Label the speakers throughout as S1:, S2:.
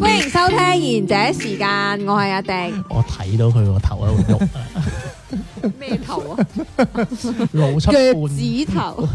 S1: 欢迎收听贤者时间，我系阿迪。
S2: 我睇到佢個頭喺度
S1: 咩头啊？
S2: 喐，露
S1: 脚
S2: 出半
S1: 趾头。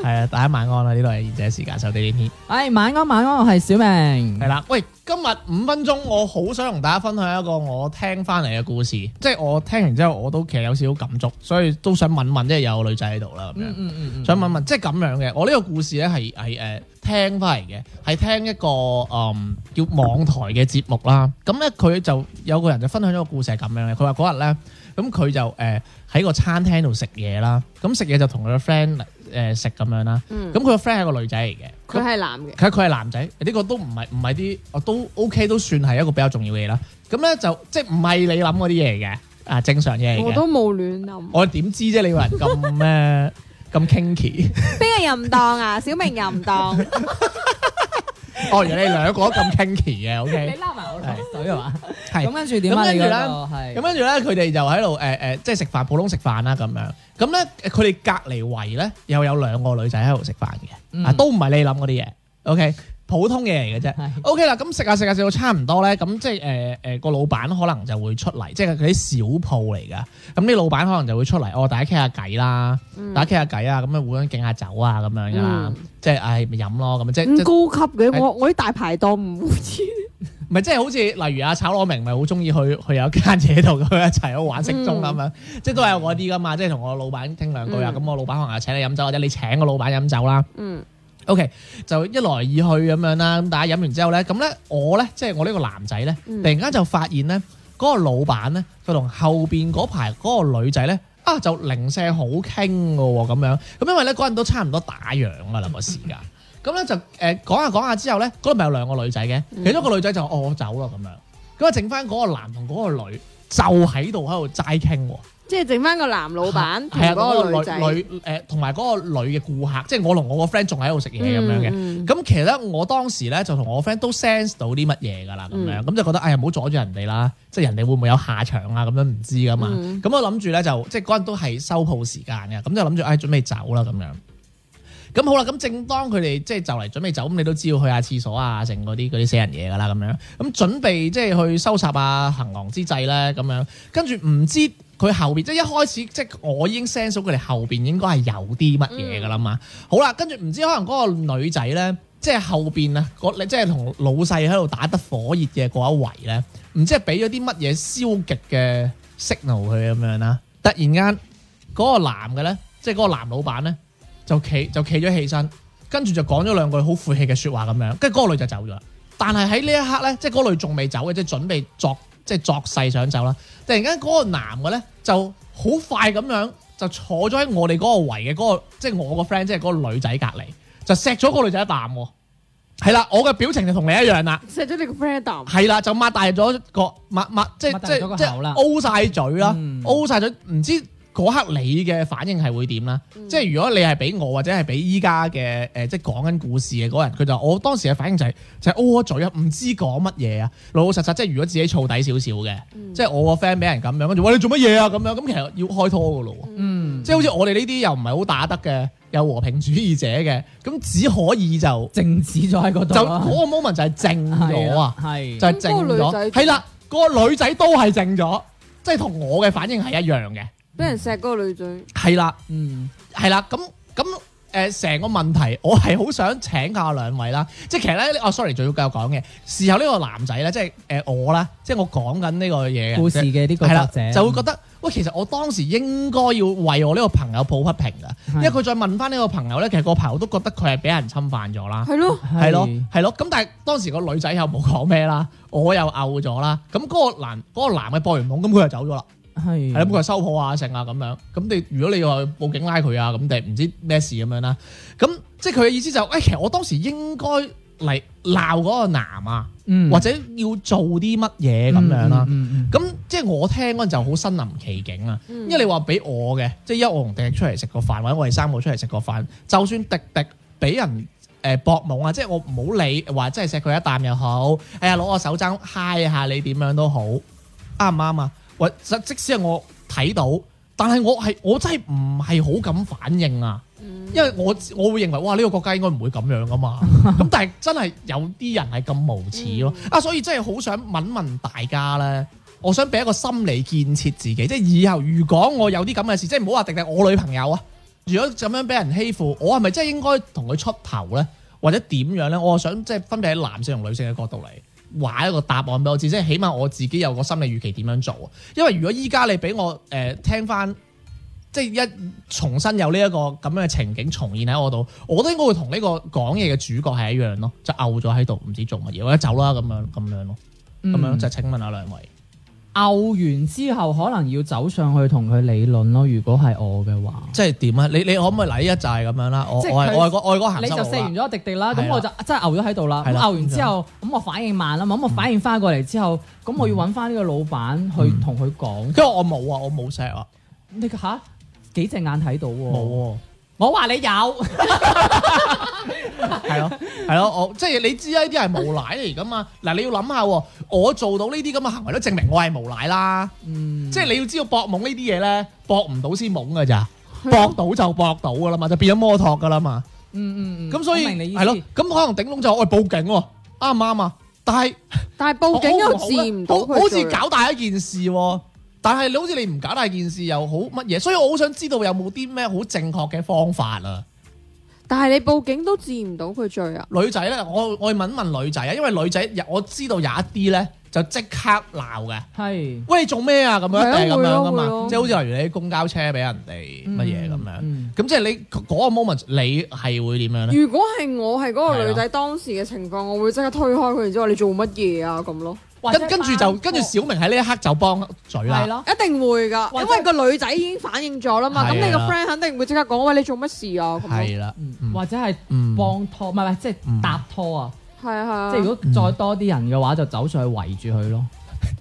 S2: 係啊！大家晚安啦，呢度係賢者時間，手地呢篇
S3: 哎，晚安晚安，我係小明
S2: 係。啦。喂，今日五分鐘，我好想同大家分享一個我聽翻嚟嘅故事，即係我聽完之後，我都其實有少少感觸，所以都想問問，即係有個女仔喺度啦，咁樣、
S3: 嗯嗯
S2: 想問問，即係咁樣嘅。我呢個故事咧係係誒聽翻嚟嘅，係聽一個嗯叫網台嘅節目啦。咁咧佢就有個人就分享咗個故事係咁樣嘅，佢話嗰日咧。咁佢就誒喺、個餐廳度食嘢啦，咁食嘢就同佢個 friend 嚟誒食咁樣啦。
S1: 嗯
S2: 咁佢個 friend 係個女仔嚟嘅，
S1: 佢系男嘅。
S2: 佢佢係男仔，呢、個都唔係唔係啲，哦都 OK 都算係一個比較重要嘅嘢啦。咁咧就即係唔係你諗嗰啲嘢嚟嘅，啊正常嘢嚟
S1: 我
S2: 嘅。
S1: 都冇亂諗，
S2: 我點知啫？你個人咁咩咁 kinky？
S1: 邊個淫蕩啊？小明淫蕩，
S2: 哦，原來你兩個都咁 kinky 嘅
S3: 你
S2: ，OK。
S3: 拉埋我落水啊嘛？
S2: 係
S3: 咁跟住點啊？
S2: 咁
S3: 你
S2: 跟住
S3: 嗰
S2: 咧
S3: 個係
S2: 咁跟住咧，佢哋就喺度誒誒，即係食飯，普通食飯啦咁樣。咁咧，佢哋隔離圍咧又有兩個女仔喺度食飯嘅，
S3: 嗯
S2: 啊，都唔係你諗嗰啲嘢，OK，普通嘢嚟嘅啫。
S3: 係
S2: OK 啦，咁食下食下食到差唔多咧，咁即係誒誒個老闆可能就會出嚟，即係佢啲小鋪嚟噶。咁啲老闆可能就會出嚟，哦，大家傾下偈啦，大家傾下偈啊，咁樣互相敬下酒啊，咁樣噶啦
S1: 嗯，
S2: 即係唉咪飲咯，咁即
S1: 咁
S2: 即
S1: 高級嘅
S2: 係
S1: 我，我啲大排檔唔會知。
S2: 唔係即係好似例如阿啊炒螺明咪好中意去 去有間嘢度咁樣一齊去玩食盅咁樣，即係都係嗰啲噶嘛，即係同我老闆傾兩句啊，
S1: 嗯
S2: 咁我老闆可能又請你飲酒或者你請個老闆飲酒啦。
S1: 嗯
S2: OK，就一來二去咁樣啦，咁大家飲完之後咧，咁咧我咧即係我呢個男仔咧，
S1: 嗯
S2: 突然間就發現咧，嗰、個老闆咧，佢同後邊嗰排嗰個女仔咧。啊，就零舍好傾嘅喎，咁樣咁因為咧嗰陣都差唔多打烊噶啦個時間，咁咧就誒、講下講下之後咧，嗰度咪有兩個女仔嘅，
S1: 嗯
S2: 其中一個女仔就哦我走啦咁樣，咁啊剩翻嗰個男同嗰個女就喺度喺度齋傾喎。
S1: 即係剩翻個男老闆同
S2: 係啊，
S1: 嗰
S2: 嗰
S1: 個女
S2: 個
S1: 仔
S2: 女女誒，同埋嗰個女嘅顧客，即係我同我個 friend 仲喺度食嘢咁樣嘅。
S1: 嗯嗯
S2: 咁其實咧，我當時咧就同我 friend 都 sense 到啲乜嘢㗎啦，咁樣
S1: 嗯
S2: 咁就覺得哎呀，唔好阻住人哋啦，即係人哋會唔會有下場啊？咁樣唔知㗎嘛。
S1: 嗯
S2: 咁我諗住咧就即係嗰陣都係收鋪時間嘅，咁就諗住哎唉準備走啦咁樣。咁好啦，咁正當佢哋即係就嚟準備走，咁你都知道去下廁所啊，剩嗰啲嗰啲死人嘢㗎啦咁樣。咁準備即係去收拾啊行囊之際咧，咁樣跟住唔知佢後邊，即係一開始即係我已經 sense 到佢哋後邊應該係有啲乜嘢㗎啦嘛。好啦，跟住唔知可能嗰個女仔咧，即係後邊啊，嗰即係同老細喺度打得火熱嘅嗰一圍咧，唔知係俾咗啲乜嘢消極嘅 signal 佢咁樣啦。突然間嗰、個男嘅咧，即係嗰個男老闆咧，就企就企咗起身，跟住就講咗兩句好晦氣嘅説話咁樣，跟住嗰個女就走咗啦。但係喺呢一刻咧，即係嗰個女仲未走嘅，即係準備作即係作勢想走啦。突然間嗰個男嘅咧就好快咁樣就坐咗喺我哋嗰個圍嘅嗰、個，即係我個 friend，即係嗰個女仔隔離，就錫咗個女仔一啖喎。係啦，我嘅表情就同你一樣啦。
S1: 錫咗你個 friend 一啖，
S2: 係啦，就擘大咗個擘擘，即
S3: 擘
S2: 係
S3: 大
S2: 即
S3: 咗個
S2: 係即
S3: 口啦
S2: 係 O 晒嘴啦
S3: 嗯
S2: ，O 晒嘴，唔知嗰刻你嘅反應係會點啦？
S3: 嗯
S2: 即係如果你係俾我或者係俾依家嘅誒，即係講緊故事嘅嗰人，佢就我當時嘅反應就係、就係 O 咗嘴啊，唔知講乜嘢啊，老老實實即係如果自己燥底少少嘅，
S3: 嗯
S2: 即係我個 friend 俾人咁樣，跟住喂你做乜嘢啊咁樣，咁其實要開拖噶咯喎。
S3: 嗯，
S2: 即係好似我哋呢啲又唔係好打得嘅，有和平主義者嘅，咁只可以就
S3: 靜止咗喺嗰
S2: 就
S3: 度啊
S2: 嗰
S3: 咯。
S2: 個 moment 就係靜咗啊！
S3: 係
S2: 就
S3: 啦，
S2: 係靜
S1: 咁嗰個女
S2: 咗，
S1: 仔
S2: 係啦，嗰個女仔都係靜咗，即係同我嘅反應係一樣嘅，
S1: 俾人錫嗰個女仔。
S2: 係啦，
S3: 係嗯，
S2: 係啦，咁咁誒成個問題，我係好想請教兩位啦，即係其實咧，哦，sorry，仲要繼續講嘅，事後呢個男仔咧，即係誒我啦，即係我講緊呢個嘢嘅
S3: 故事嘅呢個
S2: 係
S3: 作
S2: 啦
S3: 者，
S2: 就會覺得喂，其實我當時應該要為我呢個朋友抱不平噶，因為佢再問翻呢個朋友咧，其實個朋友都覺得佢係俾人侵犯咗啦。
S1: 係咯，
S2: 係咯，係咯。咁但係當時個女仔又冇講咩啦，我又嘔咗啦。咁嗰個男嗰、個男嘅播完懵，咁佢就走咗啦。
S4: 嗯
S2: 係啦，咁佢收鋪啊、剩啊咁樣。咁你如果你話報警拉佢啊，咁定唔知咩事咁樣啦。咁即係佢嘅意思就係，哎喂，其實我當時應該嚟鬧嗰個男啊，
S4: 嗯
S2: 或者要做啲乜嘢咁樣啦。
S4: 嗯嗯
S2: 咁即係我聽嗰陣就好身臨其境啊，因為你話俾我嘅，即係一我同迪迪出嚟食個飯，或者我哋三個出嚟食個飯，就算迪迪俾人誒搏懵啊，即係我唔好理，話真係錫佢一啖又好，哎呀攞我手踭嗨下你點樣都好，啱唔啱啊？或即即使係我睇到，但係我係我真係唔係好敢反應啊。因為我我會認為哇呢、個國家應該唔會咁樣噶嘛，咁但係真係有啲人係咁無恥咯，啊所以真係好想問問大家咧，我想俾一個心理建設自己，即係以後如果我有啲咁嘅事，即係唔好話定定我女朋友啊，如果咁樣俾人欺負，我係咪真係應該同佢出頭咧，或者點樣咧？我想即係分別喺男性同女性嘅角度嚟話一個答案俾我知，即係起碼我自己有個心理預期點樣做啊。因為如果依家你俾我誒、呃、聽翻。即係一重新有呢一個咁樣嘅情景重現喺我度，我都應該會同呢個講嘢嘅主角係一樣咯，就漚咗喺度，唔知做乜嘢，或者走啦咁樣咁樣咯，
S3: 嗯
S2: 咁樣
S5: 嗯
S2: 就請問下兩位，
S5: 拗完之後，可能要走上去同佢理論咯。如果係我嘅話，
S2: 即係點啊？你你可唔可以嚟一寨咁樣啦？我我
S5: 即係
S2: 係
S5: 佢
S2: 我係個我係個行
S5: 你就
S2: 山
S5: 射完
S2: 佬啦，
S5: 咗迪迪啦，
S2: 係啦
S5: 咁我就真係拗咗喺度啦。
S2: 係
S5: 咁
S2: 啦嗯
S5: 拗完之後，咁我反應慢啦嘛，咁我反應翻過嚟之後，咁我要揾翻呢個老闆
S2: 嗯
S5: 去同佢講。
S2: 跟住我冇啊，我冇錫啊，
S5: 你嚇幾隻眼睇到喎？
S2: 冇喎。
S5: 我話你 有。
S2: 係 咯，係咯，我即係你知啦，呢啲係無賴嚟噶嘛。嗱，你要諗下喎，我做到呢啲咁嘅行為都證明我係無賴啦。
S5: 嗯
S2: 即係你要知道搏懵呢啲嘢咧，搏唔到先懵噶咋，搏到就搏到噶啦嘛，就變咗摩托噶啦嘛。
S5: 嗯嗯嗯。
S2: 咁所以
S5: 我明你意思
S2: 係咯，咁可能頂籠就我報警喎，啱唔啱啊？但係
S6: 但係報警
S2: 我
S6: 又
S2: 好
S6: 治唔到
S2: 好
S6: 佢
S2: 好
S6: 罪啊
S2: 似搞大一件事喎。但係你好似你唔搞大件事又好乜嘢，所以我好想知道有冇啲咩好正確嘅方法啊！
S6: 但係你報警都治唔到佢罪啊？
S2: 女仔咧，我我問一問女仔啊，因為女仔有我知道有一啲咧就即刻鬧嘅，
S5: 係。
S2: 喂你做咩啊咁樣
S6: 係啊
S2: 一定係咁樣噶
S6: 會
S2: 嘛
S6: 咯會，咯
S2: 即係好似例如你公交車俾人哋乜嘢咁樣，
S5: 嗯
S2: 咁即係你嗰個 moment 你係會點樣咧？
S6: 如果係我係嗰個
S2: 啊
S6: 女仔當時嘅情況，我會即刻推開佢，然之後你做乜嘢啊咁咯，
S2: 跟跟住就跟住小明喺呢一刻就幫嘴
S5: 係
S2: 啦，
S5: 咯。
S6: 一定會㗎，
S5: 或
S6: 因
S5: 者
S6: 為個女仔已經反應咗啦嘛，咁
S2: 係啊
S6: 你個 friend 肯定會即刻講喂你做乜事啊咁咯，
S2: 係啦，
S5: 嗯或者係
S2: 嗯
S5: 幫拖，唔係唔係，即係搭拖啊！
S6: 係啊係啊，
S5: 即係如果再多啲人嘅話，就走上去圍住佢咯。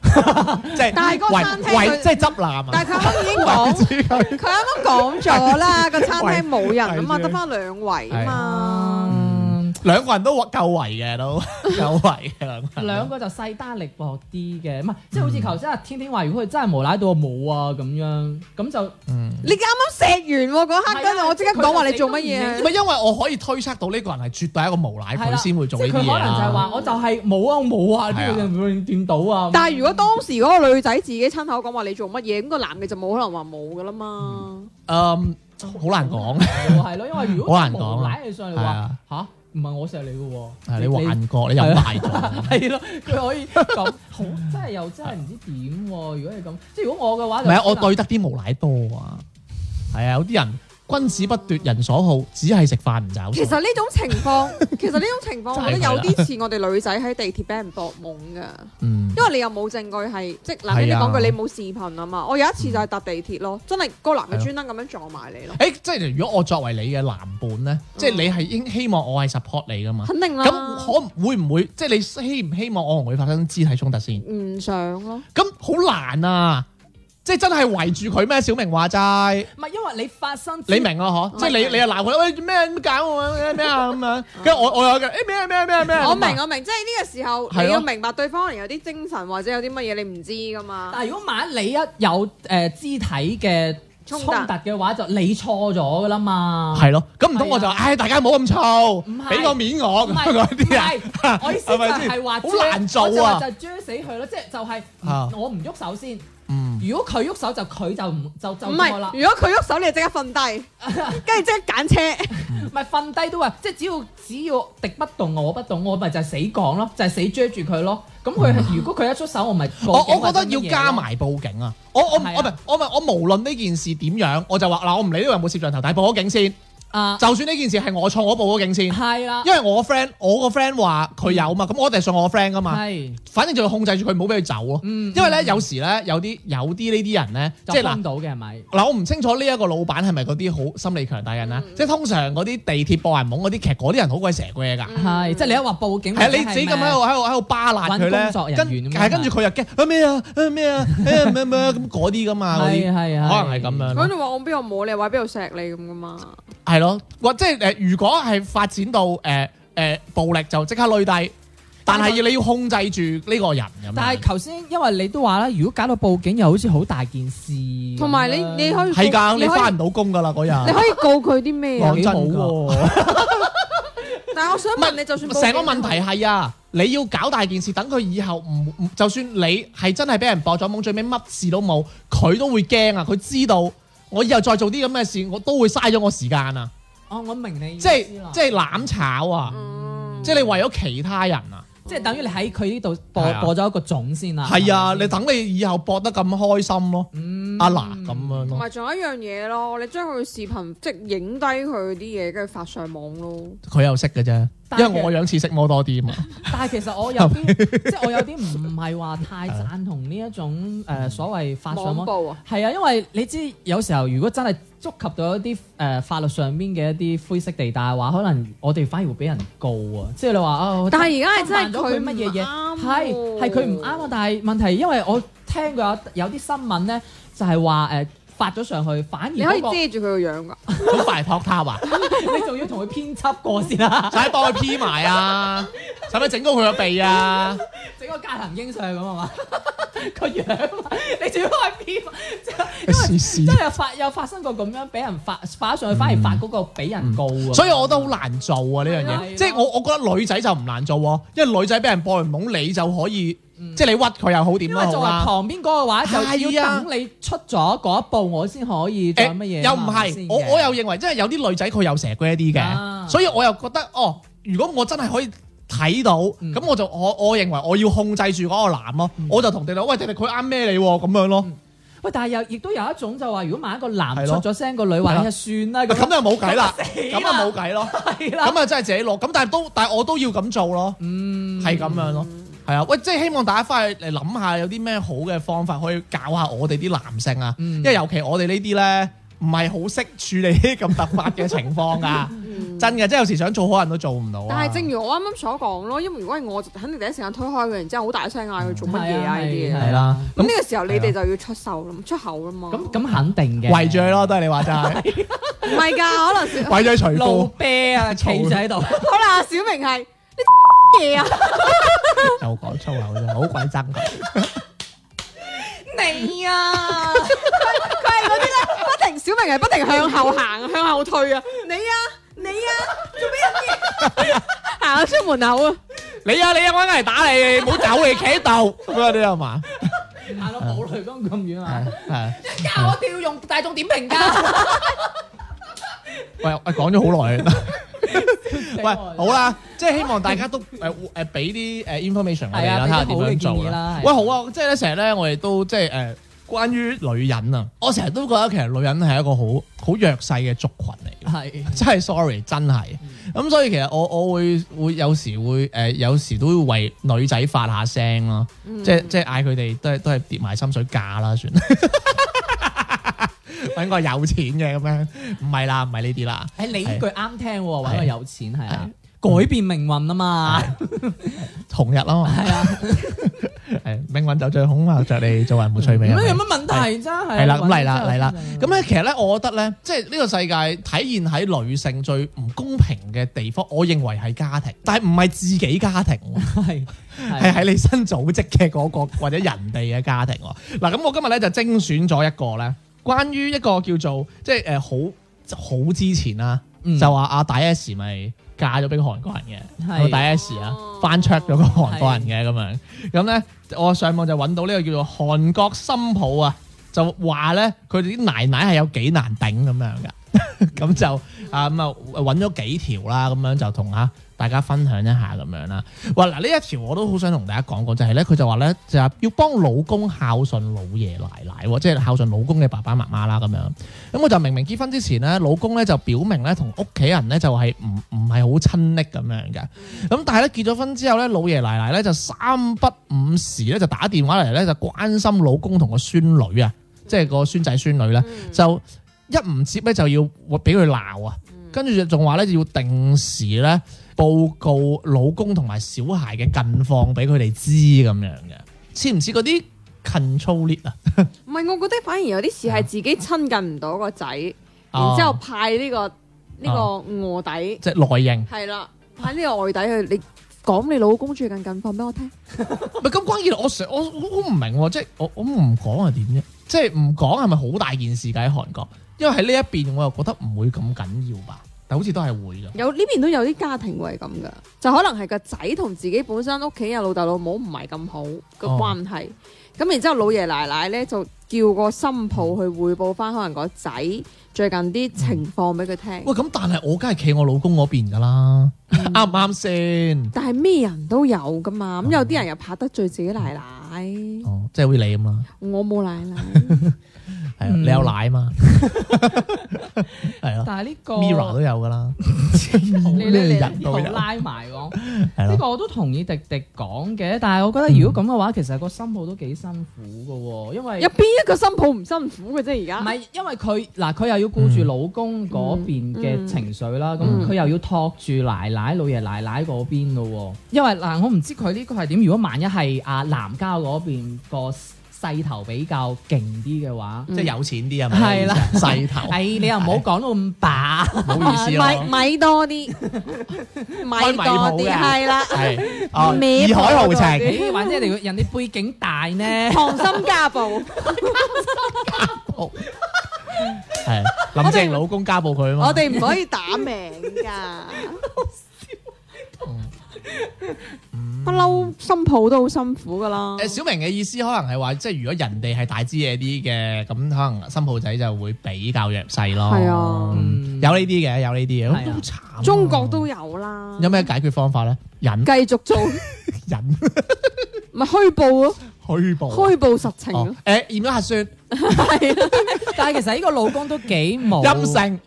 S2: 即係
S6: 但係嗰個餐廳
S2: 喂
S6: 佢
S2: 即係執男啊
S6: 但！係佢啱啱已經講，佢啱啱講咗啦，個餐廳冇人啊嘛，
S2: 係
S6: 得翻兩圍啊嘛。
S5: 嗯，
S2: 兩個人都夠圍嘅 都夠圍嘅兩個人
S5: 兩
S2: 都。
S5: 個就勢單力薄啲嘅，唔
S2: 嗯
S5: 係即係好似頭先阿天天話，如果佢真係無賴到我冇啊咁樣，咁就
S2: 嗯
S6: 你啱啱錫完喎嗰刻，
S2: 啊
S6: 跟住我即刻講話你做乜
S2: 唔
S6: 嘢
S2: 係因為我可以推測到呢個人係絕對係一個無賴，
S5: 係
S2: 佢
S5: 啦
S2: 先會做呢
S5: 即
S2: 啲
S5: 係佢
S2: 嘢
S5: 可能就係
S2: 啦。
S5: 話我就係冇啊我冇
S2: 係
S5: 啊，
S2: 啊
S5: 呢個會掂到啊。
S6: 但係如果當時嗰個女仔自己親口講話你做乜嘢，咁個男嘅就冇可能話冇噶啦嘛。
S2: 嗯，
S5: 哦
S2: 好難講，
S5: 就係咯，因為如果
S2: 好難講啊
S5: 無賴你上嚟
S2: 係
S5: 話
S2: 啊
S5: 吓，唔係我錫你嘅喎，
S2: 係你幻覺，你又大咗。
S5: 係啊咯，佢可以咁 好，真係又真係唔知點喎。如果係咁，即係如果我嘅話
S2: 唔
S5: 就
S2: 係啊，我對得啲無賴多啊。係啊，有啲人君子不奪人所好，只係食飯唔找數。
S6: 其實呢種情 況，其實呢種情況，我覺
S2: 就係
S6: 得
S2: 佢
S6: 有
S2: 啦
S6: 啲似我哋女仔喺地鐵俾人搏懵㗎，
S2: 嗯，
S6: 因為你又冇證據係，即係嗱，你
S2: 係啊嗯
S6: 講句你冇視頻啊嘛。我有一次就係搭地鐵咯，真係個男
S2: 係
S6: 嘅
S2: 咯
S6: 專登咁樣撞埋你咯，
S2: 誒，即係如果我作為你嘅男伴咧，即係你係應希望我係 support 你噶嘛？
S6: 肯
S5: 啊
S6: 定啦。
S2: 啊咁可會唔會即係你希唔希望我同佢發生肢體衝突先？
S6: 唔想咯，
S2: 咁好難啊！即係真係圍住佢咩？小明話齋。
S5: 唔係因為你發生之
S2: 你明啊？
S5: 嗯
S2: 嗬，即係你你又鬧佢，喂咩咁搞我啊咩啊咁樣，跟住我我有嘅，誒咩咩咩咩，啊
S6: 我明我明，即係呢個時候
S2: 係
S6: 你
S2: 咯
S6: 要明白對方可能有啲精神或者有啲乜嘢你唔知噶嘛。
S5: 但係如果萬一你一有誒、呃肢體嘅衝
S6: 衝突
S5: 突嘅話，就你錯咗噶啦嘛。
S2: 係咯，咁唔通我就
S5: 係啊
S2: 唉大家唔好咁燥，
S5: 唔係
S2: 俾個面我
S5: 唔
S2: 咁
S5: 係
S2: 嗰
S5: 唔
S2: 啲
S5: 係
S2: 啊，，
S5: 我意思就
S2: 咪先
S5: 係話
S2: 好
S5: 追
S2: 難做
S5: 我就話
S2: 啊
S5: 就，追死佢咯，即係就係唔
S2: 啊
S5: 我唔喐手先。
S2: 嗯，
S5: 如果佢喐手就佢就唔就就
S6: 唔
S5: 錯
S6: 係
S5: 啦，，
S6: 如果佢喐手，你就即刻瞓 低，跟住即刻揀車。
S5: 唔係瞓低都話，即係只要只要敵不動我不動，我咪就係死講咯，就係死追住佢咯。咁佢如果佢一出手，我咪
S2: 嗯我
S5: 報警
S2: 我覺得
S5: 或者乜嘢
S2: 要
S5: 咯
S2: 加埋報警啊！我我唔
S5: 係啊
S2: 我唔我唔我無論呢件事點樣，我就話嗱，我唔理呢個有冇攝像頭，但係報咗警先，
S5: 啊，
S2: 就算呢件事係我錯，我報咗警先，
S5: 係啦，
S2: 因為我 friend 我個 friend 話佢有
S5: 嗯
S2: 嘛，咁我一定信我 friend 噶嘛，
S5: 係，
S2: 反正就要控制住佢，唔好俾佢走咯。
S5: 嗯，
S2: 因為咧有時咧有啲有啲呢啲人咧，即係
S5: 就
S2: 嗱
S5: 封。到嘅係咪？
S2: 嗱，我唔清楚呢一個老闆係咪嗰啲好心理強大人啦，啊
S5: 嗯
S2: 即係通常嗰啲地鐵播人懵嗰啲劇，嗰啲人好鬼蛇嘅㗎。
S5: 係，即係你一話報警，
S2: 係啊，你自己咁喺度喺度喺度巴辣佢
S5: 搵
S2: 咧
S5: 工作，人員
S2: 跟
S5: 咁樣
S2: 係跟住佢又驚啊咩啊啊咩啊咩咩咩咁嗰啲噶嘛，嗰
S5: 係
S2: 啲
S5: 係係，
S2: 可能係咁樣
S1: 咁
S2: 咯，
S1: 你話我邊度摸你，話邊度錫你咁噶嘛？
S2: 係
S5: 啊
S2: 咯，或即係誒，如果係發展到誒誒暴力就即刻攣低，但係要你要控制住呢個人咁樣。
S5: 但係頭先，因為你都話啦，如果搞到報警，又好似好大件事咁啦。
S1: 同埋你你可以
S2: 係嗯㗎，
S1: 告
S2: 你
S1: 可以
S2: 翻唔到工㗎啦嗰
S1: 你
S2: 日。
S1: 可以告佢啲咩啊
S2: 講？真
S5: 幾好
S2: 㗎，
S1: 但係我想
S2: 唔係
S1: 問你， 就算報
S2: 成個
S1: 警
S2: 問題係啊，你要搞大件事，等佢以後唔唔，就算你係真係俾人博咗懵，最尾乜事都冇，佢都會驚啊！佢知道我以後再做啲咁嘅事，我都會嘥咗我時間啊！
S5: 哦，我明你意
S2: 即
S5: 思啦，
S2: 係即係攬炒啊！
S1: 嗯
S2: 即係你為咗其他人啊！
S5: 即係等於你喺佢呢度播
S2: 係啊
S5: 播咗一個種先啦。
S2: 係啊，
S5: 係咪
S2: 你
S5: 先
S2: 等你以後搏得咁開心咯，
S5: 嗯
S2: 阿嗱咁樣
S1: 同
S2: 咯，
S1: 埋仲有一樣嘢咯，你將佢視頻即係影低佢啲嘢，跟住發上網咯。
S2: 佢又識嘅啫，
S5: 但係
S2: 因為我樣似識摸多啲 嘛。
S5: 但係其實我有啲 即係我有啲唔係話太贊同呢一種誒所謂法上
S1: 網
S5: 網。
S1: 暴啊，
S5: 啊係啊，因為你知有時候如果真係觸及到一啲誒、呃法律上邊嘅一啲灰色地帶嘅話，可能我哋反而會俾人告啊！即係你話啊，
S1: 但係而家係真係
S5: 侵犯咗
S1: 佢
S5: 佢乜嘢嘢
S1: 唔啱
S5: 係
S1: 喎
S5: 係佢唔啱啊！但係問題因為我聽過有有啲新聞咧，就係話誒發咗上去，反而
S1: 你可以
S5: 嗰個
S1: 遮住佢個樣㗎。
S2: 好快托塔啊！
S5: 你仲要同佢編輯過先啦，
S2: 使唔使幫佢 P 埋啊？使唔使整高佢個鼻啊？
S5: 整個加藤英上去咁啊嘛， 個樣 你仲要開編，即係
S2: 試試
S5: 真係有發有發生過咁樣俾人發發咗上去，反而發嗰個俾人告啊！
S2: 所以我覺得好難做啊呢樣嘢，
S5: 係咯
S2: 即係我我覺得女仔就唔難做喎，因為女仔俾人播完懵，你就可以即係你屈佢又好點
S5: 嗯因
S2: 都
S5: 為
S2: 好
S5: 作為
S2: 啦。
S5: 旁邊嗰個話，就
S2: 係啊
S5: 要等你出咗嗰一步，我先可以做
S2: 誒
S5: 乜嘢
S2: 又
S5: 啊
S2: 唔
S5: 嘛。
S2: 係，我我又認為即係有啲女仔佢有蛇龜啲
S5: 啊
S2: 嘅，所以我又覺得哦，如果我真係可以。睇到
S5: 嗯
S2: 咁我就我我認為我要控制住嗰個男咯，我就同迪迪喂迪迪佢啱咩你喎咁樣咯，
S5: 嗯喂，但係又亦都有一種就話，如果萬一個男
S2: 係
S5: 出
S2: 咯
S5: 咗聲，個女話
S2: 係
S5: 哎呀算啦，
S2: 咁
S5: 咁
S2: 就冇計啦，
S5: 咁
S2: 咁啊冇計咯。
S5: 計 啦。
S2: 咁啊真係自己攞，咁但係都但係我都要咁做咯，
S5: 嗯
S2: 係咁樣咯，係啊，喂，即係希望大家翻去嚟諗下有啲咩好嘅方法可以教下我哋啲男性啊，
S5: 嗯
S2: 因為尤其我哋呢啲咧唔係好識處理啲咁突發嘅情況 噶，真嘅，即係有時想做可能都做唔到啊。
S1: 但係正如我啱啱所講咯，因為如果係我，就肯定第一時間推開佢，然之後好大聲嗌佢做乜嘢啊呢啲
S5: 係
S1: 嘢
S5: 啊。
S2: 係啦，
S1: 咁
S2: 咁
S1: 呢個時候你哋就要出手啦，出口啦嘛。
S5: 咁咁肯定嘅，
S2: 圍住咯，都係你話 齋，
S1: 唔係 㗎，可能小
S2: 圍住除
S5: 路
S2: 褲
S5: 啤啊，企咗喺度。
S1: 可能阿小明係你嘢啊，
S2: 又講粗口真係好鬼憎佢。
S1: 你啊，佢係嗰啲咧，不停小明係不停向後行，向後退啊，你啊，你啊，做 咩嘢？行啊咗出門口啊！
S2: 你啊你啊，我一嚟打你，你唔好走，你企喺度咁嗰啲係嘛？
S5: 行 到冇雷公咁遠啊！
S2: 係係。
S5: 家我調用大眾點評㗎，
S2: 喂，我講咗好 耐啦。喂，
S5: 我
S2: 好啦，即係希望大家都誒 誒俾啲誒 information 我哋
S5: 係啊
S2: 啦，睇下點樣
S5: 俾啲好嘅建
S2: 做
S5: 議啦
S2: 啦。
S5: 係
S2: 喂，好啊，即係咧成日咧，我哋都即係誒關於女人啊，我成日都覺得其實女人係一個好好弱勢嘅族群嚟嘅。
S5: 係
S2: 真係 sorry，真係。
S5: 嗯
S2: 咁所以其實我我會會有時會誒、呃有時都會為女仔發下聲咯，
S5: 嗯
S2: 即係即係嗌佢哋都係都係跌埋心水嫁啦， 算。揾個有錢嘅咁樣，唔係啦，唔係呢啲啦。
S5: 誒你呢句啱聽喎，揾個
S2: 係
S5: 有錢係啊
S2: 係，
S5: 改變命運啊嘛，
S2: 同日啦嘛，
S5: 係啊，
S2: 係命運就最恐嚇着你做人冇趣味。係啊
S5: 咁
S2: 咪
S5: 有乜問題啫？係
S2: 係啦，咁嚟啦嚟啦。咁
S5: 咁
S2: 咧，其實咧，我覺得咧，即係呢個世界體現喺女性最唔公平嘅地方，我認為係家庭，但係唔係自己家庭喎。
S5: 係
S2: 係
S5: 係
S2: 喺你新組織嘅嗰、個或者人哋嘅家庭喎。嗱，咁我今日咧就精選咗一個咧，關於一個叫做即係誒、呃好好之前啦，
S5: 嗯
S2: 就話阿大 S 咪嫁咗俾個韓國人
S5: 係
S2: 嘅，個大 S 啊翻 check 咗個韓國人嘅咁樣。咁咧我上網就揾到呢個叫做韓國新抱啊，就話咧佢哋啲奶奶係有幾難頂咁樣㗎。 咁就啊咁啊揾咗幾條啦，咁樣就同啊大家分享一下咁樣啦。哇！嗱呢一條我都好想同大家講過，就係咧佢就話咧就係要幫老公孝順老爺奶奶喎，即係孝順老公嘅爸爸媽媽啦咁樣。咁我就明明結婚之前咧，老公咧就表明咧同屋企人咧就係唔唔係好親昵咁樣嘅。咁但係咧結咗婚之後咧，老爺奶奶咧就三不五時咧就打電話嚟咧就關心老公同個孫女啊，即係個孫仔孫女咧就一唔接咧就要俾佢鬧啊，跟住仲話咧要定時咧報告老公同埋小孩嘅近況俾佢哋知咁樣嘅，似唔似嗰啲近操 l i t 啊？
S6: 唔係，我覺得反而有啲事係自己親近唔到個仔，然
S2: 啊
S6: 之後派呢個呢個卧底，
S2: 即係內應。
S6: 係啦，派呢個外底去你講你老公最近近況俾我聽。
S2: 唔係咁關鍵，我成我我好唔明喎，即係我我唔講係點啫？即係唔講係咪好大件事㗎？喺韓國，因為喺呢一邊我又覺得唔會咁緊要吧，但好似都係會㗎。
S6: 有呢邊都有啲家庭會係咁噶，就可能係個仔同自己本身屋企啊嘅老豆老母唔係咁好個
S2: 哦
S6: 關係，咁、然之後老爺奶奶咧就叫個新抱去匯報翻可能個仔最近啲情況俾佢聽。
S2: 喂，咁但係我梗係企我老公嗰邊㗎啦，
S5: 嗯
S2: 啱唔啱先？
S6: 但係咩人都有噶嘛，咁有啲人又拍得罪自己奶奶，
S5: 嗯
S2: 哦，即係好似你咁啦，
S6: 我冇奶奶，
S2: 係啊，你有奶 嘛？係咯
S5: 嗯但係呢個
S2: ，Mira 都有㗎啦，
S5: 你
S2: 呢
S5: 你你
S2: 人
S5: 呢
S2: 都
S5: 個
S2: 有，
S5: 拉埋講。
S2: 係
S5: 呢
S2: 咯，
S5: 個我都同意迪迪講嘅，但係我覺得如果咁嘅話，其實個心抱都幾辛苦嘅喎，因為
S6: 有邊一個新抱唔辛苦嘅啫？而
S5: 唔
S6: 家
S5: 係因為佢嗱佢又要顧住老公嗰邊嘅情緒啦，咁佢又要托住奶奶老爺奶奶嗰邊嘅喎，因為嗱我唔知佢呢個係點，如果萬一係啊南郊嗰邊個勢頭比較勁啲嘅話，
S2: 即係有錢啲啊係咪？
S5: 係啦
S2: 細頭，
S5: 哎你又唔好講到咁白，
S2: 唔好意思咯。
S6: 米米啊多 啲，米
S2: 米
S6: 多
S2: 鋪
S6: 啲
S2: 嘅
S6: 係啦，
S2: 係哦，
S6: 咩
S2: 義海豪
S6: 嗰
S2: 情
S6: 啲。
S5: 或者你人哋背景大 呢，
S6: 溏心家暴。
S2: 係林鄭老公家暴佢啊嘛。
S6: 我哋唔可以打名噶。不嬲，新抱都好辛苦噶啦
S2: 誒、。小明嘅意思可能係話，即係如果人哋係大支嘢啲嘅，咁可能新抱仔就會比較弱勢咯。
S6: 係啊
S2: 嗯有呢啲嘅，有呢啲嘅，
S5: 係啊
S2: 咁都好慘啊、
S6: 中國都有啦，
S2: 有咩解決方法咧？忍
S6: 繼續做，
S2: 忍
S6: 咪虛報咯，
S2: 虛報啊。
S6: 虛報實情
S2: 哦
S6: 咯，，
S2: 誒驗咗核酸
S6: 係啊
S5: 但係其實呢個老公都幾 冇
S2: 陰性，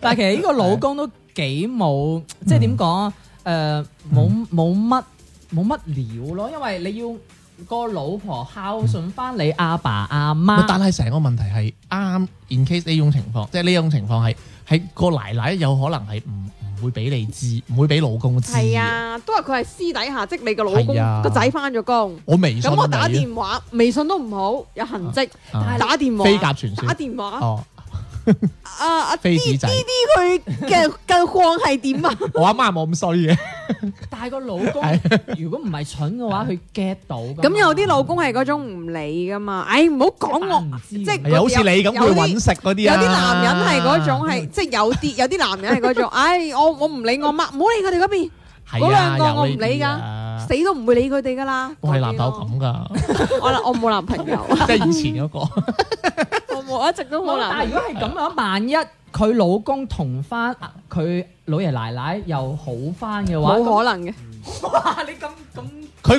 S5: 但係其實呢個老公都幾冇，即係點講啊？誒，冇冇乜冇乜料咯，因為你要個老婆孝順翻你阿爸阿
S6: 啊
S2: 咪
S5: 媽
S2: 但，係成個問題係啱。In case 呢種情況，即係呢種情況係係個奶奶有可能係唔唔會俾你知，唔會俾老公知。
S6: 係，啊，都話佢係私底下，即係你個老 à, 公
S2: 係啊
S6: 個仔翻咗工，
S2: 我微信
S6: 咁我打
S2: 你啊
S6: 電話，微信都唔好，有痕跡，
S2: 啊
S6: 打電
S2: 飛
S6: 話，
S2: 鴿傳
S6: 打
S2: 書。
S6: 電話，
S2: 哦，
S6: 啊啊
S2: 飛紙仔
S6: 呢啲佢嘅近況係點啊？
S2: 我阿媽冇咁衰嘅。
S5: 但係個老公如果唔係蠢嘅話，佢 get 到㗎嘛。
S6: 咁有啲老公係嗰種唔理噶嘛，唉唔好講
S5: 即係
S6: 我
S5: 扮唔，知
S6: 即係
S2: 係啊好似你咁
S6: 有
S2: 會啊
S6: 啲
S2: 揾食嗰啲
S6: 有
S2: 啊
S6: 啲男人係嗰種係，即係有啲有啲男人係 嗰種，唉我我唔理我媽，唔好理佢哋嗰邊，嗰
S2: 係啊
S6: 兩個我唔
S2: 有呢啲
S6: 理㗎
S2: 啊
S6: 死都唔會理佢哋噶啦。
S2: 我係
S6: 嗰
S2: 男友
S6: 啲咯，
S2: 咁噶，
S6: 我啦我冇男朋 友，
S2: 即係以前嗰個。
S6: 我冇一直都冇
S5: 但
S6: 男
S5: 係
S6: 朋
S5: 如果
S6: 友。
S5: 係咁嘅話，萬一佢老公同翻佢老爺奶奶又好翻嘅話，
S6: 冇可能嘅，
S5: 哇！你咁咁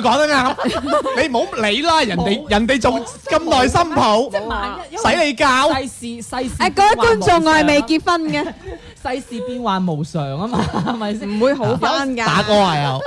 S2: 佢講得 啱，你唔好理啦，人哋人哋仲咁耐心抱，
S5: 即係萬一因為
S2: 使你教。
S5: 世事世事
S6: 誒各位觀眾，我係未
S5: 見
S6: 結婚 嘅，
S5: 世事變幻無常啊嘛，係咪先？
S6: 唔會好翻㗎。
S2: 打哥啊又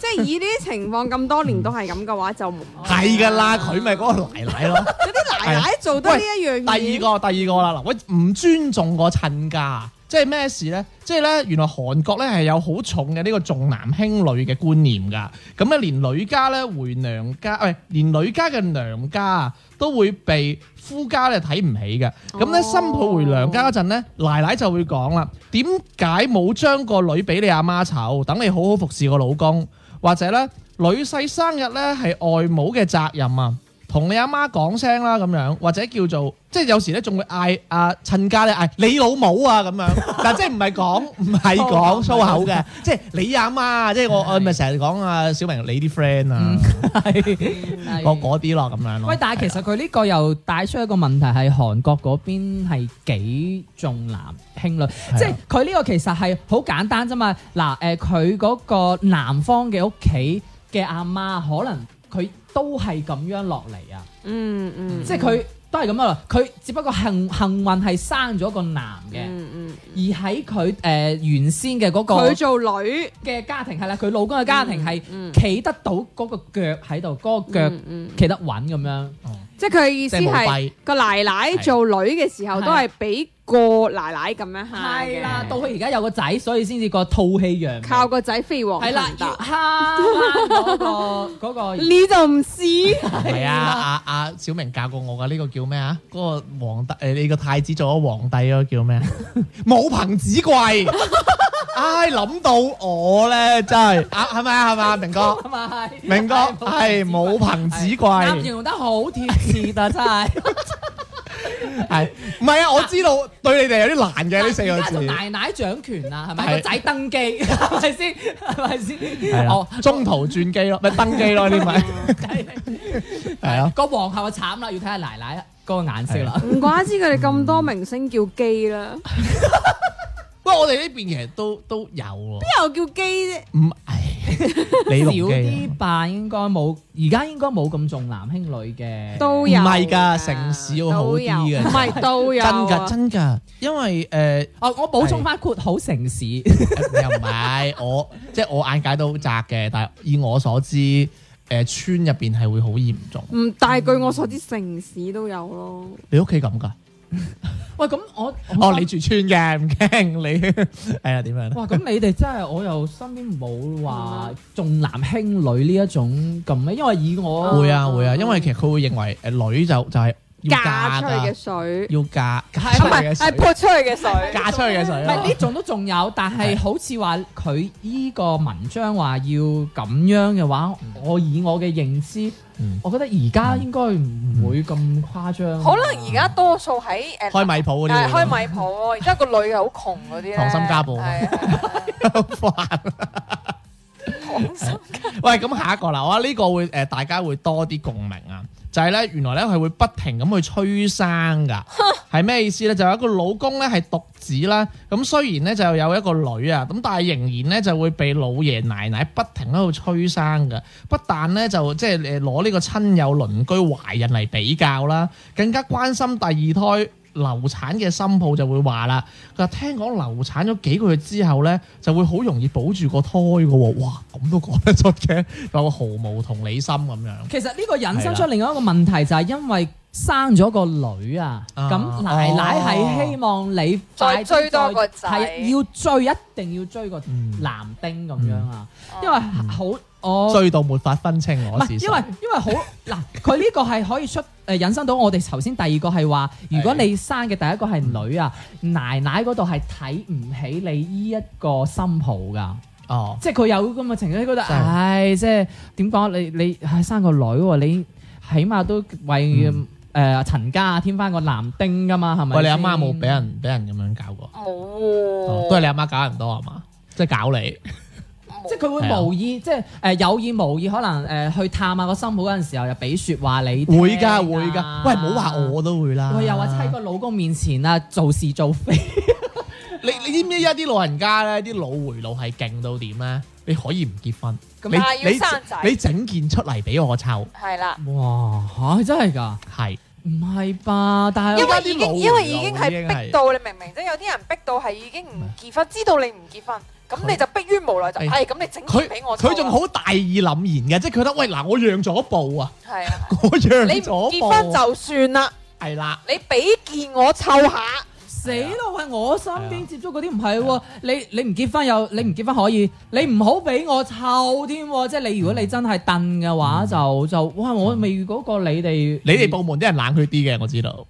S6: 即係以呢啲情況咁多年都係咁嘅話，就冇
S2: 係㗎啦，佢咪嗰個奶奶咯。
S6: 嗰啲奶奶做得呢一樣嘢。
S2: 第二個，第二個啦，嗱，我唔尊重個親家，即係咩事咧？即係咧，原來韓國咧係有好重嘅呢個重男輕女嘅觀念㗎。咁咧，連女家咧回娘家，喂、連女家嘅娘家啊都會被夫家咧睇唔起嘅。咁咧，
S6: 哦
S2: 新抱回娘家嗰陣咧，奶奶就會講啦：點解冇將個女俾你阿媽湊？等你好好服侍個老公，或者咧，女婿生日咧係外母嘅責任啊！同你阿媽講聲啦，咁樣或者叫做即係有時咧，仲會嗌阿親家咧嗌你老母啊 咁樣，但即係唔係講唔係講粗口嘅，即係你阿媽，即係我我咪成日講啊小明你啲 friend 啊，
S5: 嗯係
S2: 我嗰啲咯咁樣咯
S5: 喂，。但係其實佢呢個又帶出一個問題係韓國嗰邊係幾重男輕女，
S2: 啊
S5: 即係佢呢個其實係好簡單啫嘛。嗱，誒佢嗰個男方嘅屋企嘅阿媽，可能佢都係咁樣落嚟啊，
S1: 嗯嗯，
S5: 即係佢都係咁樣落嚟。佢只不過幸幸運係生咗個男嘅，
S1: 嗯
S5: 而喺佢誒原先嘅嗰、
S1: 嗯，
S5: 個
S1: 佢。做女
S5: 嘅家庭係啦，佢老公嘅家庭係
S1: 嗯嗯
S5: 企得到嗰個腳喺度，嗰、個腳
S1: 嗯嗯
S5: 企得穩咁樣。
S2: 哦
S1: 即係佢嘅意思
S2: 即係冇
S1: 係
S2: 跛，
S1: 個奶奶做女嘅時候
S5: 係
S1: 都係俾個奶奶咁樣下
S5: 係啦，
S1: 嘅，
S5: 到佢而家有個仔，所以先至個吐氣揚眉。
S1: 靠個仔飛黃
S5: 係啦，
S1: 騰
S5: 要
S1: 達，
S5: 蝦嗰 個嗰個
S1: 你就唔是。
S2: 係啊，阿阿小明教過我噶，呢個叫咩啊？嗰個皇帝誒，你個太子做咗皇帝嗰個叫咩啊？ 武憑子貴， 唉，諗到我咧真係 啊，係咪啊？係咪啊，明哥？
S5: 啊嘛係
S2: 明 哥係武憑子
S5: 啱
S2: 貴，
S5: 形容得好貼切 啊！真係，
S2: 係唔係啊？我知道對你哋有啲難嘅呢四個
S5: 而 家
S2: 字啊
S5: 仲，奶奶掌權啦，係咪
S2: 係
S5: 個仔登基 係咪先？係咪
S2: 係
S5: 先？
S2: 啦，中途轉機咯， 咪登機咯呢咪係啊咯，
S5: 個皇后就慘啦，要睇下奶奶嗰個眼色啦。
S1: 唔怪之佢哋咁多明星叫基啦，
S2: 不過我哋呢邊其實都都有喎，
S1: 邊有叫基啫？
S2: 唔唉，李
S5: 少
S2: 龍啊基
S5: 啲吧，應該冇，而家應該冇咁重男輕女嘅。
S1: 都有
S2: 唔係㗎
S1: 啊
S2: 城市要好啲
S1: 都有
S2: 嘅
S1: 唔係都有
S2: 真
S1: 啊
S2: 㗎真㗎，因為呃誒。
S5: 哦，我補充翻括好城市，
S2: 又唔係，我即係我眼界都好窄嘅，但係以我所知，誒、村入邊係會好嚴重。
S1: 唔，但係據我所知，城市都有咯。
S2: 你屋企咁㗎？
S5: 喂，咁我
S2: 哦，你住村嘅，唔驚你 係啊？點樣咧？
S5: 哇，咁你哋真係我又身邊冇話重男輕女呢一種咁咩？因為以我
S2: 會啊會啊，因為其實佢會認為誒女就就係要
S1: 嫁
S2: 嫁
S1: 出去
S2: 㗎
S1: 嘅，水，
S2: 要嫁嫁
S1: 啊
S2: 出
S1: 唔
S2: 去
S1: 係
S2: 嘅
S1: 係
S2: 水，
S1: 潑出去嘅水。
S2: 嫁出去嘅
S5: 唔
S2: 水啊
S5: 係
S2: 咯。
S5: 呢種都仲有，但係好似話佢依個文章話要咁樣嘅話，我以我嘅認知
S2: 嗯，
S5: 我覺得而家應該唔會咁誇張。
S6: 可能而家多數喺誒
S2: 開米鋪嗰啲
S6: 係
S2: 會，
S6: 開米鋪喎，然之後哦個女係啊好窮嗰啲咧，
S2: 溏心家暴啊
S6: 係 啊
S2: 好煩。喂，咁下一個啦，我覺得呢個會誒、呃大家會多啲共鳴啊，就係、呢，咧，原來咧係會不停咁去催生噶， 係咩意思咧？就有一個老公咧係獨子啦，咁雖然咧就有一個女啊，咁但係仍然咧就會被老爺奶奶不停喺度催生噶，不但咧就即係誒攞呢個親友鄰居懷孕嚟比較啦，更加關心第二胎。流產嘅新抱就會話啦，佢話聽講流產咗幾個月之後咧，就會好容易保住個胎嘅喎，哇咁都講得出嘅，有毫無同理心咁樣。
S5: 其實呢個引申出另外一個問題就係因為生咗個女啊，
S2: 啊
S5: 咁奶奶係希望你快啲
S6: 再追多個仔
S5: 係要追一定要追個
S2: 嗯
S5: 男丁咁樣啊，因為好我。
S2: 追到沒法分清
S5: 唔
S2: 我是
S5: 係，
S2: 誰
S5: 因為因為好嗱，佢呢個係可以出誒引申到我哋頭先第二個係話，如果你生嘅第一個係女啊，奶奶嗰度係睇唔起你依一個心抱㗎。
S2: 哦，
S5: 即係佢有咁嘅情緒，佢覺得
S2: 真係
S5: 唉，即係點講？你你唉生個女喎，你起碼都為
S2: 嗯
S5: 誒陳家添翻個男丁噶嘛，係咪
S2: 喂
S5: 先？
S2: 你阿媽冇俾人俾人咁樣搞過，哦
S6: 冇
S2: 都係
S6: 喎，
S2: 你阿媽搞人多係嘛？即係搞你，
S5: 即係佢
S2: 啊
S5: 會無意，即係誒有意無意，可能誒去探下個心抱嗰陣時候，又俾説話你聽啊。
S2: 會㗎會㗎，喂唔好話我啊都會啦。
S5: 喂，又話喺個老公面前啊，做事做非，
S2: 你你知唔知一啲老人家咧，啲腦回路係勁到點咧？你可以唔結婚，你
S6: 啊要
S2: 你
S6: 生仔
S2: 你整件出嚟俾我湊，
S6: 係啦，
S5: 哇嚇真係㗎，
S2: 係
S5: 唔係吧？但係
S6: 因
S5: 我
S6: 為已
S2: 老
S6: 經
S2: 回
S6: 因為已經
S2: 啊老已經
S6: 係
S2: 係
S6: 逼到你明唔明？即係有啲人逼到係已經唔結婚，知道你唔結婚，咁你就迫於無奈就
S2: 哎
S6: 係咁，你整
S2: 佢
S6: 件俾我，啊
S2: 佢仲，好大義凜然嘅，即係佢覺得喂嗱，我讓咗步啊，
S6: 係啊，
S2: 我讓
S6: 你
S2: 咗
S6: 唔
S2: 步，
S6: 結婚就算啦，
S2: 係啦，
S6: 你俾件我湊下，
S5: 死咯！喂，我身邊接觸嗰啲唔係
S2: 啊
S5: 喎，你你唔結婚又你唔結婚可以，你唔好俾我湊添喎。即係你如果你
S2: 嗯
S5: 真係燉嘅話，就就哇！我未遇嗰個你哋，
S2: 你哋部門啲人冷血啲嘅，我知道，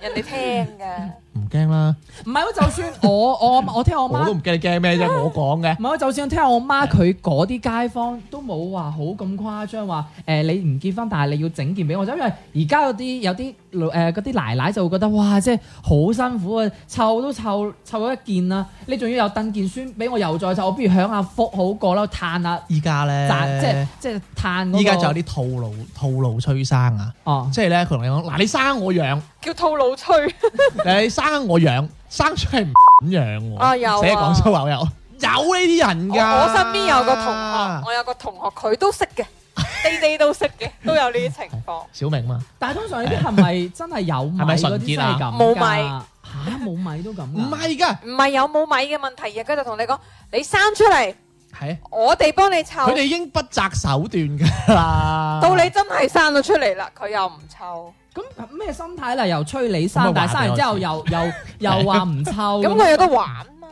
S6: 人哋聽㗎，
S2: 唔驚啦，
S5: 唔係喎，就算我我我聽我
S2: 我
S5: 媽
S2: 都唔驚你驚咩 啫，我講嘅
S5: 唔。係，我就算聽我媽佢嗰啲街坊都冇話好咁誇張，話誒、你唔結婚，但係你要整件俾我，因為而家嗰啲有啲老誒嗰啲奶奶就會覺得哇，即係好辛苦啊，湊都湊湊咗一件啦，你仲要有鄧件孫俾我又再湊，我不如享下福好過啦，嘆下
S2: 依家咧，
S5: 賺即係即係嘆嗰個
S2: 依家就有啲套路套路催生啊，
S5: 哦，
S2: 即係咧佢同你講嗱，你生我養，
S6: 叫套路吹，
S2: 你生我養，生出嚟唔養喎。
S6: 啊有啊
S2: 寫廣州話有，有呢啲人
S6: 我
S2: 㗎。
S6: 我身邊有個同學，我有個同學佢都識嘅，地地都識嘅，都有呢啲情況。
S2: 小明嘛，
S5: 但係通常呢啲係咪真係有米
S2: 係咪
S5: 嗰
S2: 純
S5: 啲
S2: 潔
S5: 先係
S2: 啊
S5: 咁㗎？
S6: 冇米
S5: 嚇冇米都咁㗎
S2: 唔
S6: 嗯
S2: 係㗎，
S6: 唔係有冇米嘅問題，而佢就同你講：你生出嚟，
S2: 係啊
S6: 我哋幫你湊
S2: 佢。哋已經不擇手段㗎啦。
S6: 到你真係生咗出嚟啦，佢又唔湊，
S5: 咁咩心態啦？又催你
S2: 咁
S5: 生
S2: 咪，
S5: 但係
S2: 話
S5: 生完
S2: 俾
S5: 之
S2: 我
S5: 後
S2: 知
S5: 又又又話唔 湊，
S6: 咁佢有得玩嘛？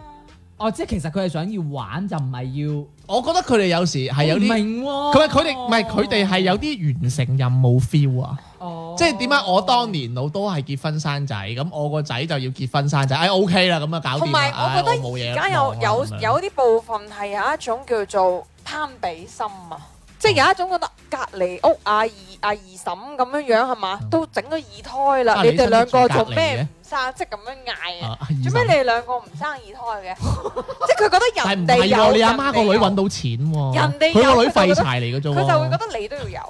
S5: 哦，即係其實佢係想要玩，就唔係
S2: 我覺得佢哋有時係
S6: 哦
S5: 要
S2: 有
S5: 唔
S2: 啲，
S5: 明喎。
S2: 佢佢哋唔係佢哋係有啲完成任務 feel 啊。
S5: 哦，
S2: 即係點解我當年老都係結婚生仔，咁我個仔就要結婚生仔，哎 OK 啦，咁啊搞掂啦。
S6: 同埋
S2: 哎
S6: 我覺
S2: 冇
S6: 得
S2: 嘢
S6: 而家有
S2: 望啦
S6: 有
S2: 咁啊樣哦
S6: 有啲部分係有一種叫做攀比心啊，即係有一種覺得隔離屋啊二啊二嬸咁樣樣係嘛，
S2: 嗯
S6: 都整咗二胎啦，
S2: 啊
S6: 你
S2: 你
S6: 哋兩個做咩
S2: 你
S6: 唔生，即係咁樣嗌啊！
S2: 啊二
S6: 做咩
S2: 十
S6: 你哋兩個唔生 二胎嘅？即係佢覺得
S2: 但係
S6: 人
S2: 唔
S6: 哋
S2: 係
S6: 有，
S2: 喎，你阿媽個
S6: 人哋
S2: 女
S6: 有
S2: 揾到錢喎，
S6: 人哋有
S2: 佢個女
S6: 佢就覺得
S2: 廢柴嚟嘅啫
S6: 佢就會覺
S2: 喎，
S6: 得你都要 有。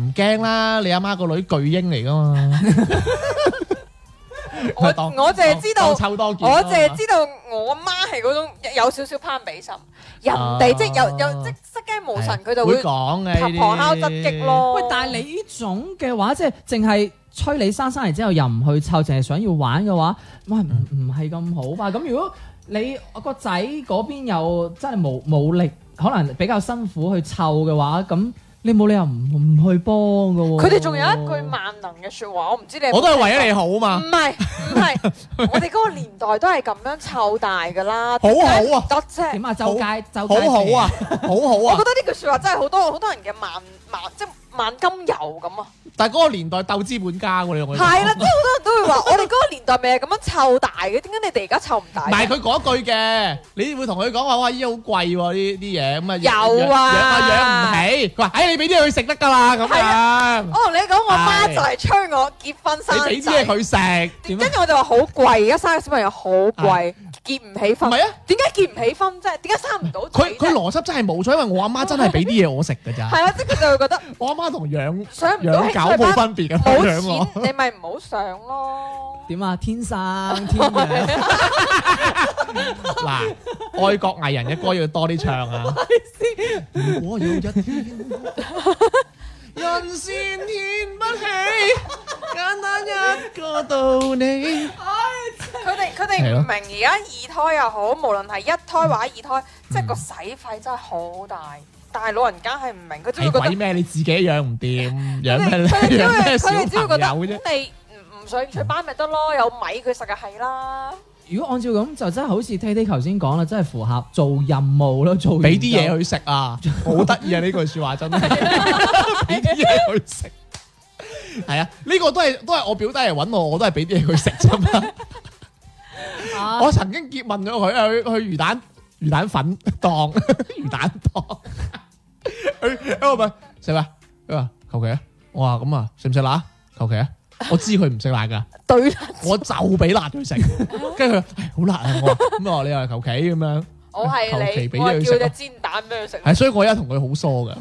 S2: 唔驚啦，你阿媽個女巨嬰嚟噶嘛，
S6: 我
S2: 佢當
S6: 我淨係知
S2: 當。
S6: 道
S2: 啊抽多件啦，
S6: 我淨係知道我媽係嗰種有少少攀比心，人哋即係有有即係失驚無神，佢就會
S2: 啊會講嘅
S6: 旁
S2: 呢啲
S6: 旁敲側擊。咯。
S5: 喂，但係你呢種嘅話，即係淨係催你生生嚟之後又唔去湊，淨係想要玩嘅話，喂，唔
S2: 嗯
S5: 唔係咁好吧？咁如果你個仔嗰邊又真係冇冇力，可能比較辛苦去湊嘅話，咁你冇理由唔唔去幫嘅喎。
S6: 佢哋仲有一句萬能嘅説話，我唔知你有冇
S2: 我都係為咗
S6: 聽
S2: 你啊好
S6: 過
S2: 嘛
S6: 唔，係唔係， 我哋嗰個年代都係咁樣湊大㗎啦。
S2: 好
S6: 點解
S2: 好啊
S6: 唔得啫！
S5: 點啊？周街周
S2: 好
S5: 街
S2: 好 啊，好
S6: 我
S2: 好
S6: 覺
S2: 啊，
S6: 得呢句説話真係好多好多人嘅萬萬即係萬金油咁啊！
S2: 但係嗰個年代鬥資本家喎，你同佢講
S6: 係啦，即係好多人都會話，我哋嗰個年代咪係咁樣湊大嘅，點解你哋而家湊唔大
S2: 唔
S6: 嘅？
S2: 係佢嗰句嘅，你會同佢講話哇依家好貴喎呢啲嘢咁啊，
S6: 有啊
S2: 養啊養唔起。佢話：唉，你俾啲嘢佢食得㗎啦咁
S6: 係啊
S2: 樣，
S6: 哦我同你講，我媽
S2: 係
S6: 就係催我結婚生
S2: 你俾啲嘢
S6: 仔，
S2: 佢食點啊
S6: 跟？住我就話好貴，而家生嘅小朋友好貴，結唔起
S2: 唔
S6: 婚。
S2: 係啊，
S6: 點解結唔起婚啫？點解生唔到仔
S2: 佢
S6: 啫？
S2: 佢邏輯真係冇錯，因為我阿媽真 係俾啊啲嘢我食㗎咋。
S6: 係啦，即係佢就會覺 得
S2: 我阿媽同養
S6: 上唔到
S2: 養
S6: 興
S2: 狗冇分別嘅，佢養
S6: 冇
S2: 我
S6: 錢，你咪唔好上咯。
S5: 點啊？天生天養。
S2: 嗱，愛國藝人嘅歌要多啲唱啊！如果有一天人善天不起，簡單一個道理。
S6: 佢哋佢哋唔明而家二胎又好，無論係一胎或者二胎，
S2: 嗯
S6: 即係個使費真係好大。但係老人家係唔明，佢只會
S2: 係
S6: 覺得
S2: 鬼咩？你自己養唔掂，
S6: 佢哋佢哋只
S2: 養咩咧？養咩小
S6: 會佢哋只會覺得
S2: 朋友啫？
S6: 咁你唔唔上翠班咪得咯，有米佢食嘅係啦。
S5: 如果按照咁就真係好似 T T 頭先講啦，真係符合做任務咯，做
S2: 俾啲嘢佢食啊！ 好得意啊！呢句説話 真係，俾啲嘢佢食。係啊，呢個都係都係我表弟嚟揾我，我都係俾啲嘢佢食啫 嘛。
S5: 佢。
S2: 我曾經結問咗佢，佢佢魚蛋魚蛋粉檔 魚蛋檔， 佢佢話問食嘛？佢話求其啊！我話咁啊，食唔食辣？求其啊！我知佢唔食辣㗎。
S6: 對，
S2: 我就俾辣佢食，跟住佢話唉好辣啊！我話咁啊，你又求其咁樣，
S6: 我
S2: 求其
S6: 係
S2: 俾咗
S6: 你，我
S2: 佢
S6: 係
S2: 食
S6: 叫
S2: 啊
S6: 隻煎蛋俾佢食。
S2: 係所以我而家同佢好疏噶。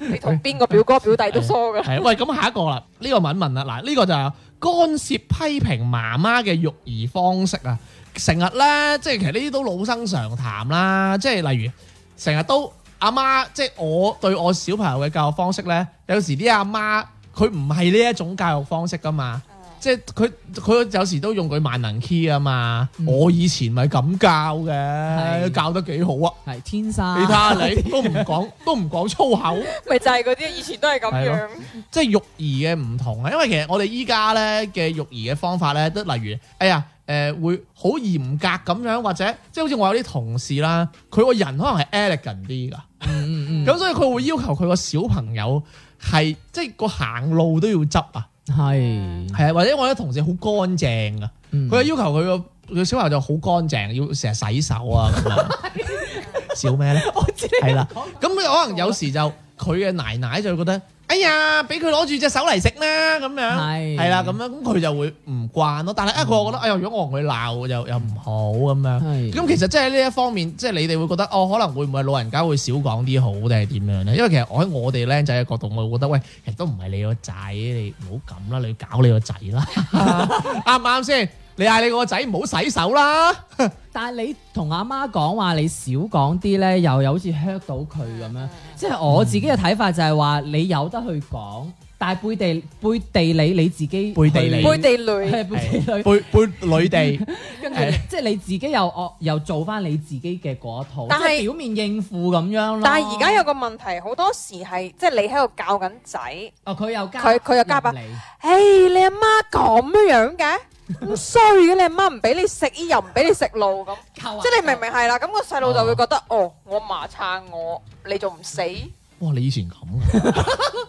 S6: 你同邊個表哥表弟都疏㗎。
S2: 係啊喂，咁下一個啦，呢、個問一問啦，嗱、呢個就係干涉批評媽媽嘅育兒方式啊，成日咧即係其實呢啲都老生常談啦，即係例如成日都阿媽，即係我對我小朋友嘅教育方式咧，有時啲阿媽佢唔係呢一種教育方式噶嘛。即係佢佢有時都用佢萬能 key 啊嘛，
S5: 嗯
S2: 我以前咪咁教嘅，
S5: 係
S2: 教得幾好啊！
S5: 係天生。
S2: 你睇下你都唔講都唔講粗口，
S6: 咪就係嗰啲以前都係咁
S2: 係
S6: 樣
S2: 咯。即係育兒嘅唔同啊，因為其實我哋依家咧嘅育兒嘅方法咧，都例如，哎呀，誒、會好嚴格咁樣，或者即係好似我有啲同事啦，佢個人可能係 elegant 啲㗎，
S5: 嗯嗯嗯
S2: 咁、所以佢會要求佢個小朋友係即係個行路都要執啊，
S5: 嗯係，
S2: 係啊，或者我啲同事好乾淨啊噶，
S5: 嗯
S2: 佢要求佢個佢小朋友就好乾淨，要成日洗手啊咁樣。笑咩咧？我知係啦，咁可能有時就佢嘅奶奶就會覺得，哎呀，俾佢攞住隻手嚟食啦咁樣，
S5: 係
S2: 係啦咁樣，咁佢就會唔慣咯。但係啊，佢又覺得，哎呀，如果我同佢鬧又又唔好咁樣。
S5: 係
S2: 咁其實即係呢一方面，即係你哋會覺得哦，可能會唔會老人家會少講啲好定係點樣咧？因為其實我喺我哋僆仔嘅角度，我會覺得喂，其實都唔係你個仔，你唔好咁啦，你搞你個仔 啦，啱唔啱先？你嗌你個仔唔好洗手 啦，
S5: 但係你同阿媽講話，你少講啲咧，又有好似 hurt 到佢咁樣。即係我自己嘅睇法就係話，你有得去講，但係背地背地理你自己
S2: 背地理
S5: 去
S6: 背地裏
S5: 係背地理，
S2: 背背女地，
S5: 跟住
S2: 係
S5: 即係你自己又惡又做翻你自己嘅嗰一套，
S6: 但
S5: 即
S6: 係
S5: 係表面應付咁樣咯。
S6: 但係而家有個問題，好多時係即係你喺度教緊仔，誒、
S5: 哦，佢又加
S6: 佢佢又加把
S5: 入嚟
S6: 你阿媽咁樣嘅，咁衰嘅，你阿媽唔俾你食煙又唔俾你食路咁，
S5: 扣啊
S6: 即係你明明係啦，咁、個細路就會覺得，哦，我阿嫲撐我，你仲唔死？
S2: 哇！你以前咁㗎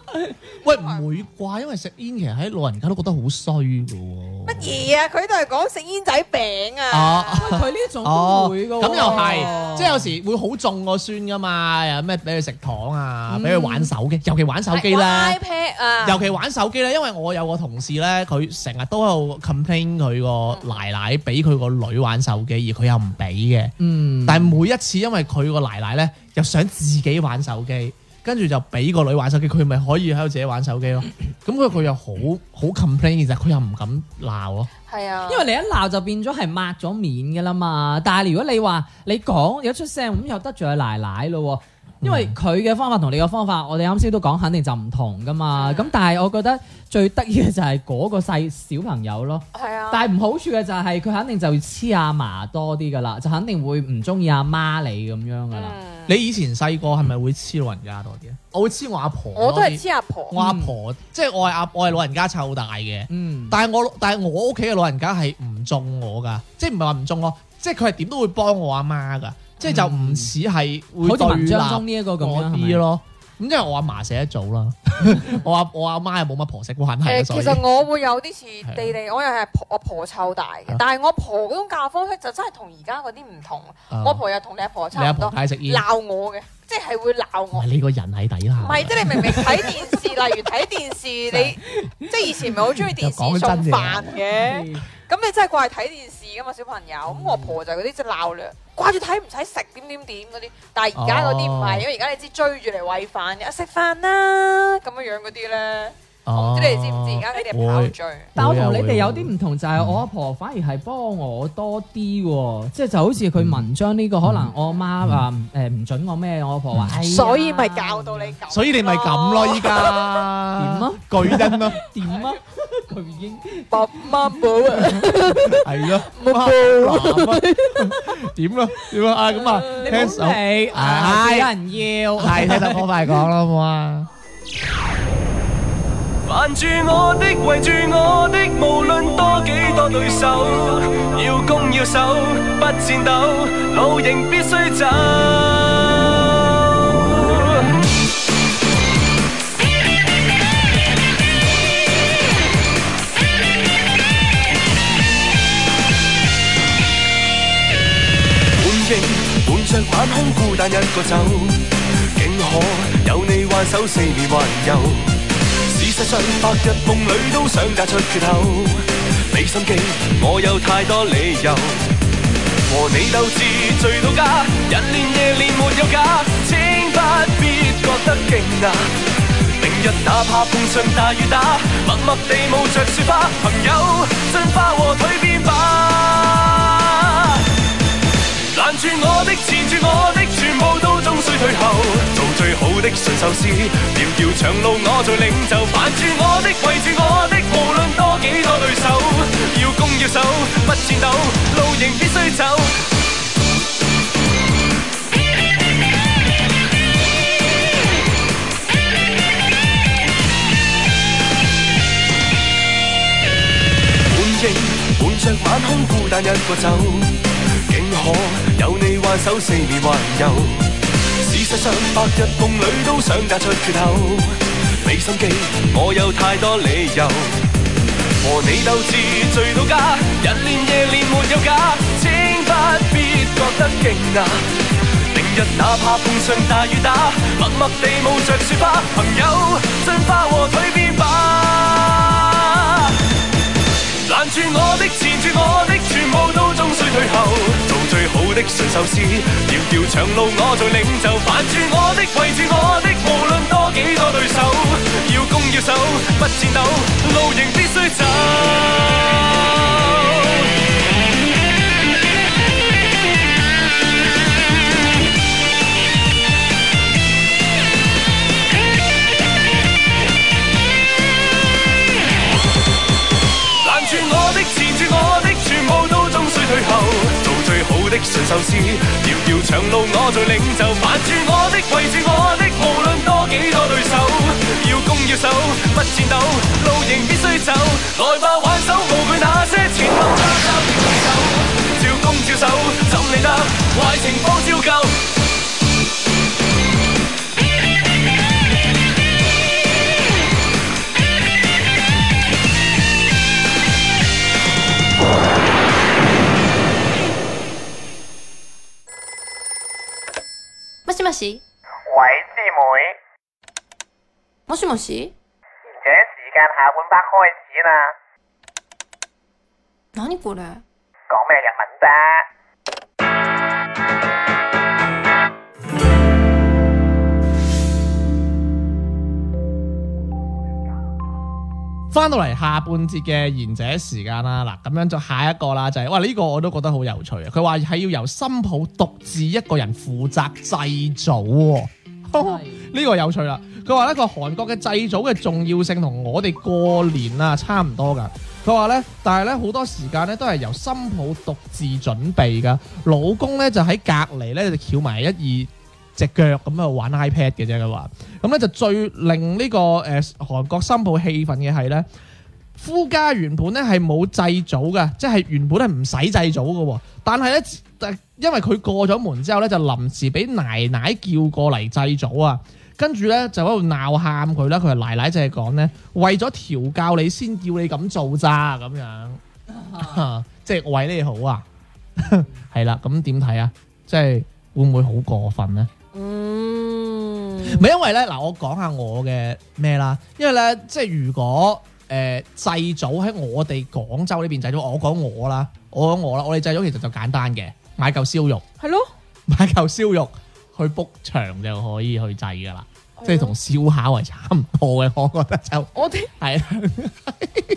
S2: 喂唔會啩？因為食煙其實喺老人家都覺得好衰㗎喎。
S6: 乜嘢啊？佢都係講食煙仔餅啊，
S2: 啊
S5: 喂佢呢種都
S2: 哦，
S5: 會
S2: 咁
S5: 嘅
S2: 又
S5: 喎
S2: 係，即係有時會好重個孫噶嘛，又咩俾佢食糖
S5: 嗯
S2: 啊，俾佢玩手機，尤其玩手機咧，
S6: iPad 啊，
S2: 尤其玩手機咧，因為我有個同事咧，佢成日都喺度 complain 佢個奶奶俾佢個女玩手機，而佢又唔俾嘅，
S5: 嗯，
S2: 但係每一次因為佢個奶奶咧又想自己玩手機。跟住就俾個女玩手機，佢咪可以喺度自己玩手機 咯。咁佢佢又好好 complain，其實佢又唔敢鬧咯。
S5: 嗯
S6: 係啊，
S5: 因為你一鬧就變咗係抹咗面嘅啦嘛。但係如果你話你講有出聲咁，又得罪佢奶奶咯喎。因為佢嘅方法同你嘅方法，我哋啱先都講，肯定就唔同噶嘛。
S2: 啊
S5: 咁但係我覺得最得意嘅就係嗰個細小朋友咯。
S6: 係啊，
S5: 但係唔好處嘅就係佢肯定就黐阿嫲多啲噶啦，就肯定會唔中意阿媽你咁樣噶啦。
S6: 嗯
S2: 你以前細個係咪會黐老人家多啲啊？我會黐我阿婆多啲，
S6: 我都係黐阿婆。
S2: 我阿婆，即係我係阿我係老人家湊大嘅，
S5: 嗯，
S2: 但係我但係我屋企嘅老人家係唔中我噶，即係唔係話唔中我，即係佢係點都會幫我阿媽噶，即係就唔似係會
S5: 嗯好似
S2: 對
S5: 文
S2: 立
S5: 章中
S2: 嗰
S5: 呢一個咁樣係咪
S2: 啲咯。咁因為我阿嫲寫得早 啦，我阿我阿媽又冇乜婆媳關係，
S6: 誒，
S2: 所
S6: 其
S2: 以
S6: 實我會有啲似
S2: 係啊
S6: 地地，我又係婆我婆湊大嘅
S2: 啊，
S6: 但係我婆嗰種教方式就真係同而家嗰啲唔同。
S2: 啊
S6: 我婆又同你阿婆
S2: 你
S6: 差
S2: 阿
S6: 唔
S2: 婆
S6: 多，
S2: 太食煙，
S6: 鬧我嘅，即係會鬧
S2: 唔
S6: 我
S2: 係。你個人係抵啦，
S6: 唔係，即係你明明睇電視，例如睇電視， 你即係以前咪好中意電視送飯
S5: 嗯
S6: 嘅，咁你真係掛住睇電視噶嘛，小朋友。咁我婆就係嗰啲即係鬧你，掛住睇唔使食點點點嗰啲。但係而家嗰啲唔係，
S2: 哦
S6: 因為而家你知追住嚟喂飯嘅，啊食飯啦咁樣樣嗰啲咧。
S2: 哦
S6: 我唔知你知唔知而家呢啲係跑罪？
S5: 但我同你
S2: 會啊
S5: 哋有啲唔同，就係我阿婆反而係幫我多啲喎，即係就好似佢文章呢個，可能我媽話誒唔準我咩，我阿婆話，哎呀
S6: 所以咪教到你咁，
S2: 所以你咪咁咯，依家點 啊
S5: 啊
S2: 巨恩咯，
S5: 點啊？ 佢已經
S6: 爸媽寶啊，
S2: 係咯。
S6: 冇寶。
S2: 點咯？點啊？啊咁啊，
S5: 你
S2: 聽
S5: 冇
S2: 首
S5: 理，啊
S2: 唉
S5: 有人要。
S2: 係聽首歌快講啦，好唔好啊？
S7: 扮住我的，圍住我的，無論多幾多對手，要攻要守，不戰鬥，露營必須走。本應滿着玩空孤單一個走，竟可有你挽手四面環遊。事實上，白日夢裏都想嫁出缺口。俾心機，我有太多理由和你鬥智，醉到家，日練夜練沒有假，請不必覺得驚訝。明日哪怕碰上大雨打，默默地冒着雪花，朋友，進化和蛻變吧。攔住我的，纏住我的，全部都終須退後。做最好的馴獸師，遙遙長路我做領袖。扮住我的，圍住我的，無論多幾多對手，要攻要守，不戰鬥，路仍必須走。本應滿着玩空孤單一個走，竟可有你挽手四面環遊。事實上，白日夢裏都想嫁出缺口，俾心機，我有太多理由。和你鬥智醉到家，日練夜練沒有假，請不必覺得驚訝。明日哪怕碰上大雨打，默默地冒着雪花，朋友進化和蛻變吧。攔住我的，纏住我的，全部都終須退後。做最好的馴獸師，遙遙長路我做領袖。煩住我的，圍住我的，無論多幾多對手，要攻要守，不戰鬥，路仍必須走。攔住我的，纏住我的，全部都終須退後。做最好的馴獸師，遙遙長路我做領袖。煩住我的，圍住我的，無論多幾多對手，要攻要守，不戰鬥，路仍必須走。來吧，挽手，無懼那些前路交交的對手。照攻照守，怎理得壞情況照舊。
S8: もしもし
S9: 喂，師妹，
S8: もしもし
S9: 而且時間下半 part 開始啦，
S8: 何これ
S9: 講咩日文啫？
S2: 翻到嚟下半節嘅賢者時間啦，嗱咁樣就下一個啦，就係、哇呢、個我都覺得好有趣啊！佢話係要由新抱獨自一個人負責祭祖喎。呢個有趣啦！佢話呢個韓國嘅祭祖嘅重要性同我哋過年啊差唔多㗎。佢話呢，但係呢好多時間呢都係由新抱獨自準備㗎，老公呢就喺隔離呢就翹埋一二隻腳咁喺度玩 iPad 嘅啫。佢話咁呢就最令呢、個誒、呃、韓國新抱氣憤嘅係呢。夫家原本咧係冇祭祖嘅，即係原本係唔使祭祖嘅喎。但係咧，但因為佢過咗門之後咧，就臨時俾奶奶叫過嚟祭祖啊。跟住咧就喺度鬧喊佢啦。佢話奶奶就係講咧，為咗調教你先叫你咁做咋咁樣， 即係為你好啊。 係啦，咁點睇啊？即係會唔會好過分咧？
S1: 嗯，
S2: 唔係因為咧，嗱，我講下我嘅咩啦，因為咧，即係如果誒、呃、祭祖喺我哋廣州呢邊祭祖，我講我啦，我講我啦，我哋祭祖其實就簡單嘅，買嚿燒肉，
S1: 係咯，
S2: 買嚿燒肉去 book 場就可以去祭噶啦，即係同燒烤係差唔多嘅，我覺得就
S1: 我哋
S2: 係 啦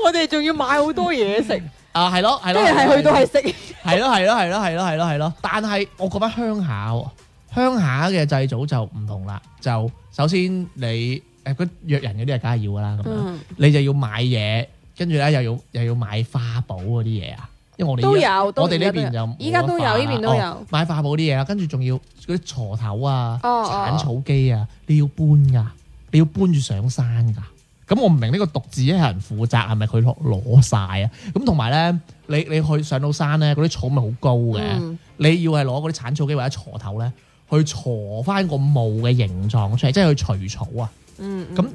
S1: 我哋仲要買好多嘢食，
S2: 啊，係咯，係
S1: 跟
S2: 咯，
S1: 住係去到係食，
S2: 係咯，係咯，係咯，係咯，係咯，係咯。但係我覺得鄉下喎，鄉下嘅祭祖就唔同啦。就首先你誒嗰約人嗰啲係啊梗係要噶啦，咁樣、
S1: 嗯
S2: 你就要買嘢，跟住咧又要又要買花寶嗰啲嘢啊。因為我哋
S1: 都
S2: 依家
S1: 有
S2: 我哋呢邊
S1: 都有
S2: 就冇
S1: 依家都有
S2: 得花
S1: 呢邊都有
S2: 哦買花寶啲嘢啦，跟住仲要嗰啲鋤頭啊、
S1: 哦哦
S2: 鏟草機啊，你要搬噶，你要搬住上山噶。咁我唔明呢個獨自一人負責係咪佢攞攞曬啊？咁同埋咧，你你去上到山咧，嗰啲草咪好高嘅，你要係攞嗰啲鏟草機或者鋤頭咧，去鋤翻個墓嘅形狀出嚟，即係去除草啊。
S1: 嗯，
S2: 咁、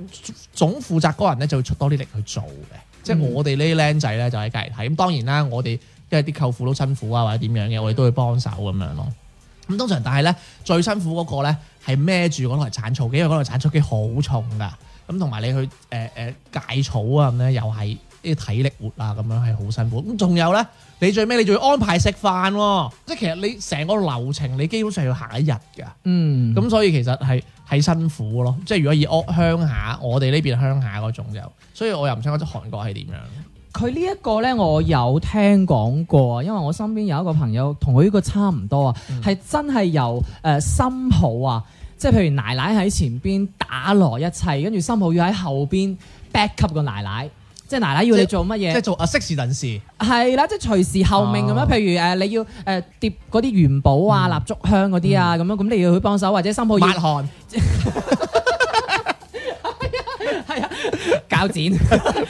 S2: 總負責嗰人咧就會出多啲力去做嘅，即係我哋呢啲僆仔咧就喺隔離睇。咁當然啦，我哋因為啲舅父都辛苦啊，或者點樣嘅，我哋都會幫手咁樣咯。咁通常但係咧最辛苦嗰個咧係孭住嗰台鏟草機，因為嗰台鏟草機好重㗎。咁同埋你去誒誒界草啊咁咧，又係啲體力活啊咁樣係好辛苦。咁仲有咧，你最尾你仲要安排食飯喎、即係其實你成個流程你基本上要行一日㗎。
S5: 嗯，
S2: 咁所以其實係係辛苦咯，即係如果以屋鄉下，我哋呢邊鄉下嗰種就，所以我又唔想講韓國係點樣。
S5: 佢呢一個呢，我有聽講過啊，因為我身邊有一個朋友同佢呢個差唔多啊，係、真係由誒、呃、心抱啊，即係譬如奶奶喺前邊打落一切，跟住心抱要喺後邊 back up 個奶奶，即係奶奶要你
S2: 即
S5: 做乜
S2: 即
S5: 嘢
S2: 係？做啊息事人事，
S5: 係啦，即係隨時候命咁樣。
S2: 哦
S5: 譬如誒，你要誒疊嗰啲元寶
S6: 嗯
S5: 啊、蠟燭香嗰啲啊，咁樣哦咁你要去幫手， 或者心抱要
S2: 抹汗，
S5: 搞鉸剪、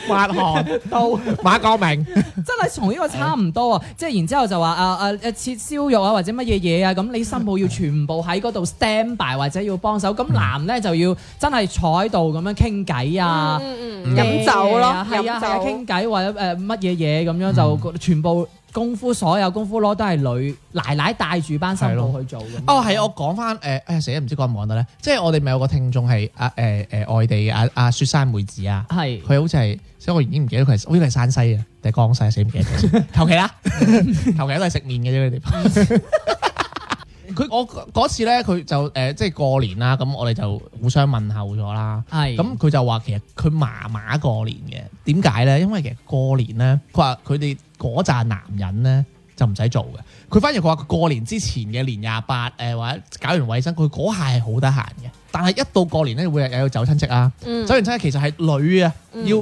S2: 抹汗、
S5: 刀，
S2: 馬國明，
S5: 真係同呢個差唔多啊！即係然之後就話啊啊誒切燒肉啊或者乜嘢嘢啊，咁你新抱要全部喺嗰度 stand by 或者要幫手，
S6: 嗯
S5: 咁男咧就要真係坐喺度咁樣傾偈啊。
S6: 嗯，飲酒咯，
S5: 係啊，係啊，
S6: 飲
S5: 傾
S6: 酒。
S5: 偈或者誒乜嘢嘢咁樣就全部功夫，所有功夫攞都係女奶奶帶住班新抱去做咁。
S2: 哦，係我講翻誒，哎呀死啦，唔知講唔講得咧？即係我哋咪有個聽眾係啊誒誒外地嘅啊啊雪山妹子啊，
S5: 係
S2: 佢好似係，所以我已經唔記得佢係，好似係山西啊定係江西啊，死唔記得咗。求其啦， 求其都係食麵嘅啫，佢哋。佢我嗰次咧，佢就誒、呃即係過年啦，咁我哋就互相問候咗啦。
S5: 係
S2: 咁佢就話其實佢麻麻過年嘅，點解咧？因為其實過年咧，佢話佢哋嗰扎男人咧就唔使做嘅，佢反而佢話佢過年之前嘅年廿八誒或者搞完衞生，佢嗰下係好得閒嘅。但係一到過年咧，會又有走親戚啊，
S1: 嗯
S2: 走完親戚其實係女啊要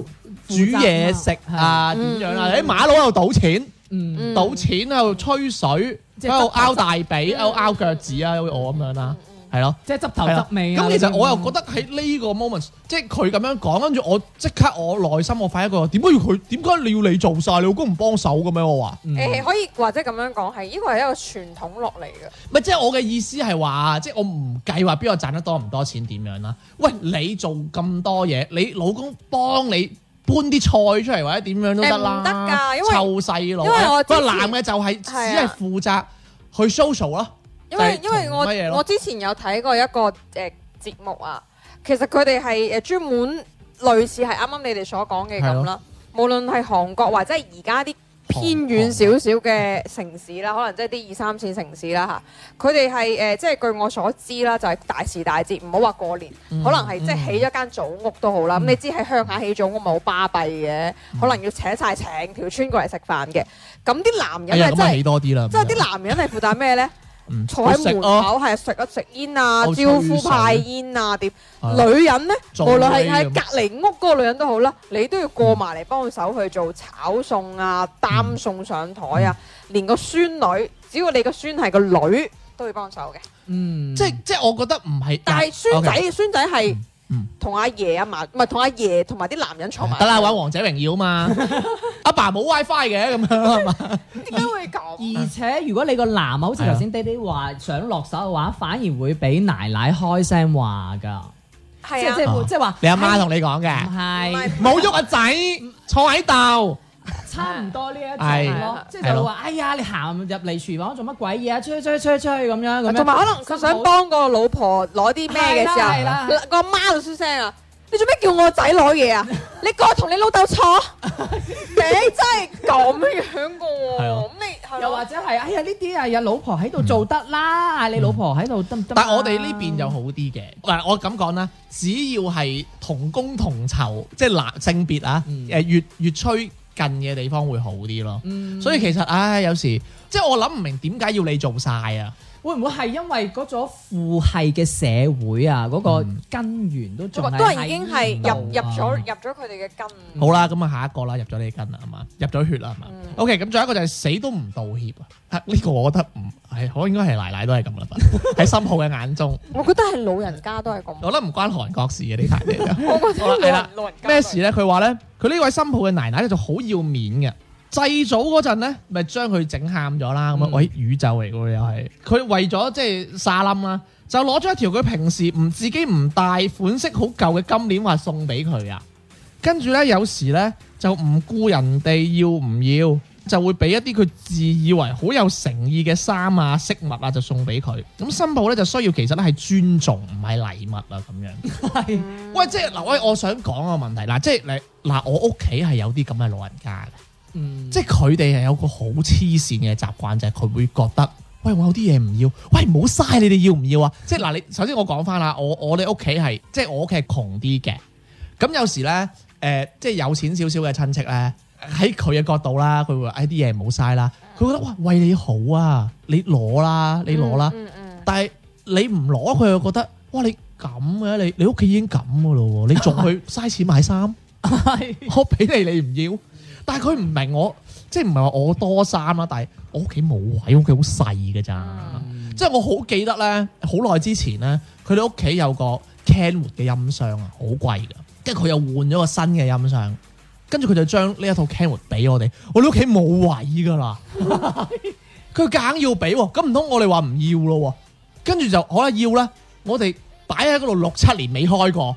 S2: 煮嘢食啊點
S1: 嗯
S2: 樣啊，
S1: 嗯
S2: 喺
S1: 嗯
S2: 馬佬喺度賭錢。
S5: 嗯。
S1: 嗯
S2: 賭錢喺度吹水，
S5: 即
S2: 喺
S5: 係
S2: 度
S5: 得
S2: 拗大髀，喺度拗腳趾啊，好似我咁樣
S1: 嗯
S2: 啦，係咯。
S5: 即係執頭執尾啊
S2: 咁其實我又覺
S5: 得
S2: 得喺呢個 moment，即係佢咁樣講，跟住我即刻我內心我反一個，點解要佢？點解你要你做晒？你老公唔幫手嘅咩？我話，
S6: 誒，可以或者咁樣講，係呢個係一個傳統落嚟嘅。
S2: 唔係即係我嘅意思係話，即係我唔計話邊個賺得多唔多錢點樣啦。喂，你做咁多嘢，你老公幫你搬啲菜出嚟或者點樣都得啦，
S6: 誒唔得㗎因為
S2: 湊細路，
S6: 因為我之
S2: 個
S6: 前
S2: 男嘅就係只
S6: 係
S2: 係
S6: 啊
S2: 負責去 social 咯。
S6: 因為
S2: 就係
S6: 因為
S2: 同乜嘢
S6: 我
S2: 咯
S6: 我之前有睇過一個誒、呃、節目啊，其實佢哋係誒呃專門類似係啱啱你哋所講嘅咁啦，無論係韓國或者係而家啲偏遠少少嘅城市啦，可能即係啲二三線城市啦嚇，佢哋係誒呃即係據我所知啦，就係、大時大節，唔好話過年，
S2: 嗯
S6: 可能係即係起咗間祖屋都好啦。咁、你知喺鄉下起祖屋咪好巴閉嘅，
S2: 嗯
S6: 可能要請晒成條村過嚟食飯嘅。咁啲男
S2: 哎
S6: 人
S2: 呀，
S6: 係
S2: 咁嗯
S6: 真
S2: 啊
S6: 係
S2: 起。多啲啦，
S6: 即係啲男人係負責咩咧？
S2: 男
S6: 坐喺門口係食一食煙啊，
S2: 哦
S6: 招
S2: 吹
S6: 呼
S2: 水
S6: 派煙啊，點？
S2: 係
S6: 女人咧，
S2: 做
S6: 無論係
S2: 呢咁
S6: 喺隔離屋嗰個女人都好啦，你都要過埋嚟幫手去做炒餸啊、擔餸上台啊，連個孫女，只要你個孫係個女，都要幫手嘅。
S5: 嗯，
S2: 即係即係我覺得唔係，
S6: 但係孫仔
S2: OK，
S6: 孫仔係
S2: 嗯
S6: 同阿爺阿嫲，唔係同阿爺同埋啲男人坐埋。
S2: 得啦，玩王者榮耀啊嘛， 阿爸冇 WiFi 嘅咁樣係嘛，
S6: 點解會咁？
S5: 而且如果你個男啊，好似頭先爹爹話想落手嘅話，反而會俾奶奶開聲話㗎，即
S6: 係
S5: 係即
S6: 啊，
S5: 係即係話
S2: 你阿媽同你講
S5: 唔
S2: 嘅，
S6: 唔
S5: 係
S6: 係
S2: 冇喐阿仔，坐喺度，
S5: 差唔多呢一種
S2: 係
S5: 咯，即
S2: 係
S5: 係就
S2: 咯
S5: 會話哎呀你行入嚟廚房做乜鬼嘢啊，吹吹吹吹咁樣咁樣，
S6: 同埋可能佢想幫個老婆攞啲咩嘅時
S5: 係啦係
S6: 候，啊個媽就出聲啊！你做咩叫我仔攞嘢 啊？你過去同你老豆坐，你真係咁樣噶喎！
S2: 係啊
S6: 咁你係咯
S5: 又或者係哎呀呢啲啊，有老婆喺度做得啦，嗌你老婆喺度得唔得啊？
S2: 但係我哋呢邊就好啲嘅，嗱我咁講啦，只要係同工同酬，即係男性別啊，
S5: 嗯
S2: 誒越越趨近嘅地方會好啲咯，
S5: 嗯
S2: 所以其實唉有時即係我諗唔明點解要你做晒啊，
S5: 會唔會係因為嗰種父系嘅社會啊，嗰個
S2: 嗯
S5: 根源都仲
S6: 都
S5: 係
S6: 係已經係
S5: 喺
S6: 入
S5: 呢
S6: 入
S5: 度啊
S6: 咗入咗佢哋嘅根。
S2: 好啦，咁啊下一個啦，入咗你根啦，係嘛，入咗血啦，係嘛
S6: 嗯
S2: ，OK，咁仲有一個就係死都唔道歉啊，啊呢個我覺得唔係，我應該係奶奶都係咁啦吧，喺心抱嘅眼中，
S6: 我覺得係老人家都係咁。
S2: 我覺得唔關韓國事嘅呢壇嘢。
S6: 我覺得
S2: 好啦
S6: 老
S2: 係啦
S6: 人老人家
S2: 咩事咧？佢話咧，佢呢位新抱嘅奶奶咧就好要面嘅。祭祖嗰陣咧，咪將佢整喊咗啦。咁啊
S5: 嗯，
S2: 喂，宇宙嚟嘅喎又係。佢為咗即係沙冧啦，就攞咗一條佢平時唔自己唔戴款式好舊嘅金鏈，話送俾佢啊。跟住咧，有時咧就唔顧人哋要唔要，就會俾一啲佢自以為好有誠意嘅衫啊、飾物啊，就送俾佢。咁新抱咧就需要其實咧係尊重，唔係禮物啊咁樣。喂，即係嗱，喂，我想講個問題嗱，即係你嗱，我屋企係有啲咁嘅老人家嘅，
S5: 嗯
S2: 即係佢哋係有個好黐線嘅習慣，就係、佢會覺得，喂，我有啲嘢唔要，喂，唔好嘥你哋要唔要啊？即係嗱，你首先我講翻啦，我我哋屋企係即係我屋企係窮啲嘅，咁有時咧，誒、即係有錢少少嘅親戚咧，喺佢嘅角度啦，佢會話，誒哎啲嘢唔好嘥啦，佢覺得哇，為你好啊，你攞啦，你攞啦。
S6: 嗯嗯
S2: 但係你唔攞佢又覺得，哇！你咁嘅，你你屋企已經咁嘅咯喎，你仲去嘥錢買衫，我俾你你唔要，但係佢唔明我，即係唔係話我多衫啦，但係我屋企冇位，屋企好細嘅咋，即係我好記得咧，好耐之前咧，佢哋屋企有個 Kenwood 嘅音箱啊，好貴㗎，跟住佢又換咗個新嘅音箱，跟住佢就將呢一套 Kenwood 俾我哋，我哋屋企冇位噶啦，佢夾硬要俾喎，咁唔通我哋話唔要咯喎？跟住就可能要咧，我哋擺喺嗰度六七年未開過，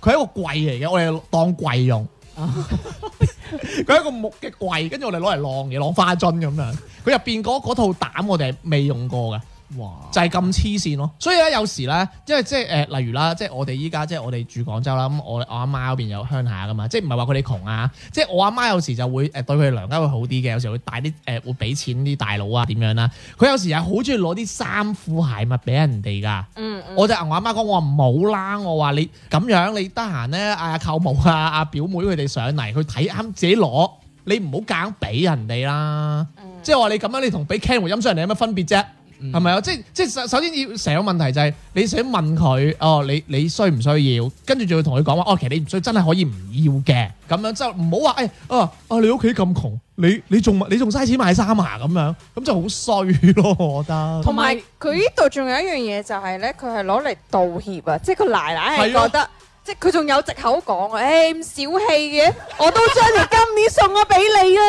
S2: 佢係一個櫃嚟嘅，我哋當櫃用。 佢係一個木嘅櫃，跟住我哋攞嚟晾嘢，晾花樽咁樣。佢入邊嗰嗰套膽我哋係未用過嘅。
S5: 哇！
S2: 就係咁黐線咯。所以咧，有時咧，因為即係呃誒，例如啦，即係我哋依家即係我哋住廣州啦，咁我我阿媽嗰邊有鄉下噶嘛，即係唔係話佢哋窮啊，即係我阿媽有時就會誒呃對佢哋娘家會好啲嘅，有時會帶啲誒會俾錢啲大佬啊點樣啦。佢有時係好中意攞啲衫褲鞋襪俾人哋㗎。
S6: 嗯嗯
S2: 我就同我阿媽講，我話冇啦，我話你咁樣，你得閒咧，嗌阿舅母啊、 阿表妹佢哋上嚟，佢睇啱自己攞，你唔好夾硬俾人哋啦。即係話你咁樣，你同俾 Ken 和音箱人哋有乜分別啫？係咪啊？即係即係首首先要成個問題就係、你想問佢哦，你你需唔需要？跟住仲要同佢講話哦，其實你唔需要真係可以唔要嘅咁樣，就唔好話誒啊啊！你屋企咁窮，你你仲你仲嘥錢買衫啊咁樣，咁就好衰咯，我覺得。
S6: 同埋佢呢度仲有一樣嘢就係咧，佢係攞嚟道歉啊！即係佢奶奶係
S2: 係啊
S6: 覺得，即係佢仲有藉口講啊！誒咁小氣嘅， 我都將條金鏈送咗俾你啦，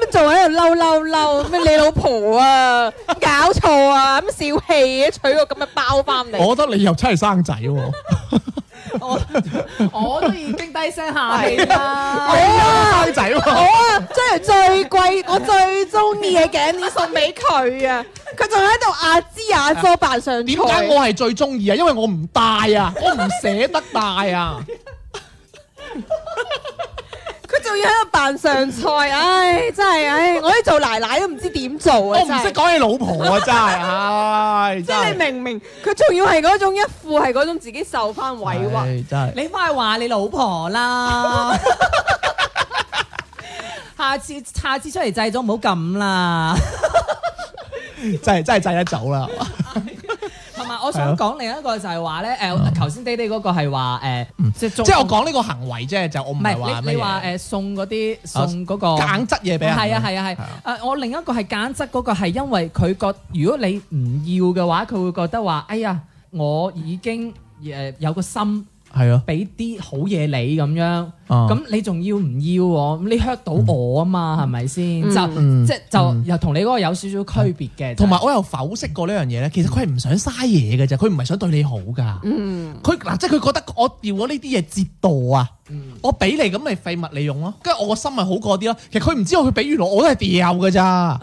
S6: 咁仲喺度嬲嬲嬲，咩你老婆啊， 搞錯啊，咁小氣嘅，娶個咁嘅包翻嚟，
S2: 我覺得你又真係生仔喎。
S5: 我都已經低聲下氣啦。
S2: 生仔
S6: 啊我
S2: 喎，
S6: 啊將條最貴我最中意嘅頸鏈送俾佢啊！佢仲喺度阿支阿佐扮上
S2: 點解
S6: 菜。啊
S2: 我係最中意啊？因為我唔戴啊，我唔捨得戴啊。
S6: 佢仲要喺度扮上菜，唉，真係，唉，我啲做奶奶都唔知點做
S2: 我
S6: 啊！
S2: 唔識
S6: 真係，
S2: 講你老婆啊，真係，唉，
S6: 即
S2: 真
S6: 係你
S2: 係，
S6: 明唔明？佢仲要係嗰種一副係嗰種自己受翻委屈，
S2: 唉真係。
S5: 你翻去話你老婆啦。 下次下次出嚟製咗唔好咁啦。
S2: 真係真係制得走啦。
S5: 同埋我想講另一個就係話咧，誒頭先爹爹嗰個係話誒，嗯即係
S2: 即係我講呢個行為啫，就我唔
S5: 唔
S2: 係話
S5: 係你
S2: 咩
S5: 你話哦
S2: 嘢。
S5: 誒送嗰啲送嗰個
S2: 夾硬執嘢俾人，
S5: 係啊係啊係
S2: 係啊。
S5: 誒，我另一個係揀質嗰個係因為佢覺，如果你唔要嘅話，佢會覺得話，哎呀，我已經誒有個心
S2: 係啊，
S5: 俾啲好嘢你咁樣，
S2: 啊
S5: 咁你仲要唔要我？咁你 hurt 到我啊嘛，係咪先？就即係就又同你嗰個有少少區別嘅。
S2: 嗯同埋我又剖析過呢樣嘢咧，其實佢係唔想嘥嘢嘅啫，佢唔係想對你好噶。
S6: 嗯，
S2: 佢嗱，即係佢覺得我掉咗呢啲嘢折墮啊，
S5: 嗯
S2: 我俾你咁咪廢物利用咯，跟住我個心咪好過啲咯。其實佢唔知道佢俾完我，我都係掉嘅咋。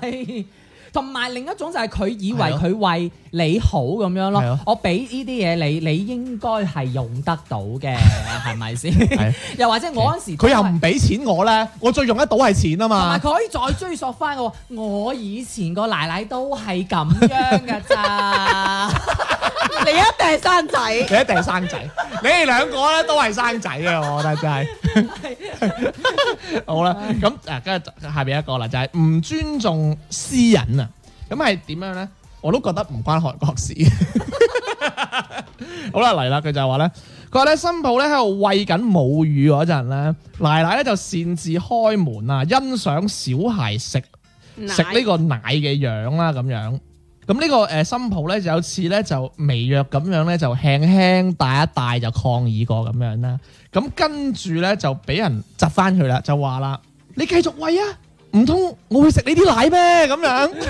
S5: 係 同埋另一種就係佢以為
S2: 係
S5: 佢為你好咁樣
S2: 係
S5: 咯
S2: 咯，
S5: 我俾呢啲嘢你，你應該係用得到嘅，係咪先
S2: 係？
S5: 又或者我嗰陣時
S2: 佢又
S5: 都係
S2: 唔俾錢我咧，我最用得到係錢啊
S5: 同
S2: 嘛
S5: 埋。佢可以再追溯翻我，我以前個奶奶都係咁樣噶咋，
S6: 你一定係生 仔，
S2: 你一定係生仔，你哋兩個咧都係生仔嘅，我覺得真係。好啦，咁誒，跟住下邊一個啦，就係、唔尊重私隱啊。咁係點樣咧？我都覺得唔關韓國事。 好啦，嚟啦，佢就話咧，佢話咧新抱咧喺度喂緊母乳嗰陣咧，奶奶咧就擅自開門啊，欣賞小孩食食呢個奶嘅樣啦，咁樣。咁呢、個誒新抱咧就有次咧就呃微弱咁樣咧就輕輕帶一帶就抗議過咁樣啦。咁跟住咧就俾人窒翻佢啦，就話啦：你繼續喂啊，唔通我會食你啲奶咩？咁 樣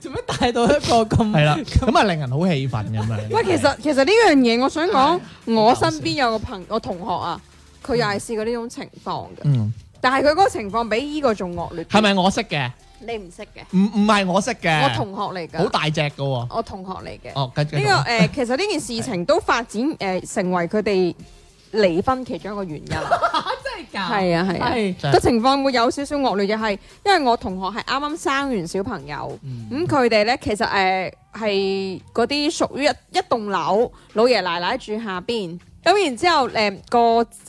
S5: 做咩帶到一個咁
S2: 係啦，咁啊令人好氣憤咁樣。
S1: 喂，其實其實呢樣嘢，我想講，我身邊有個朋我同學啊，佢又係試過呢種情況嘅，
S2: 嗯，
S1: 但係佢嗰個情況比依個仲惡劣啲。
S2: 係咪我識嘅？
S1: 你唔識嘅？
S2: 唔唔係我識嘅，
S1: 我同學嚟
S2: 好
S1: 㗎，
S2: 大隻嘅喎。
S1: 我同學嚟嘅。
S2: 哦，繼繼
S1: 呢
S2: 續
S1: 個誒，其實呢件事情都發展誒成為佢哋離婚其中一個 原因。係
S5: 真係㗎？
S1: 啊係啊，
S5: 係
S2: 真係
S1: 個情況會有少少惡劣嘅係，因為我同學係啱啱生完小朋友，
S2: 嗯
S1: 咁佢哋咧其實誒係嗰啲屬於一一棟樓，老爺奶奶住下邊，咁然之後誒個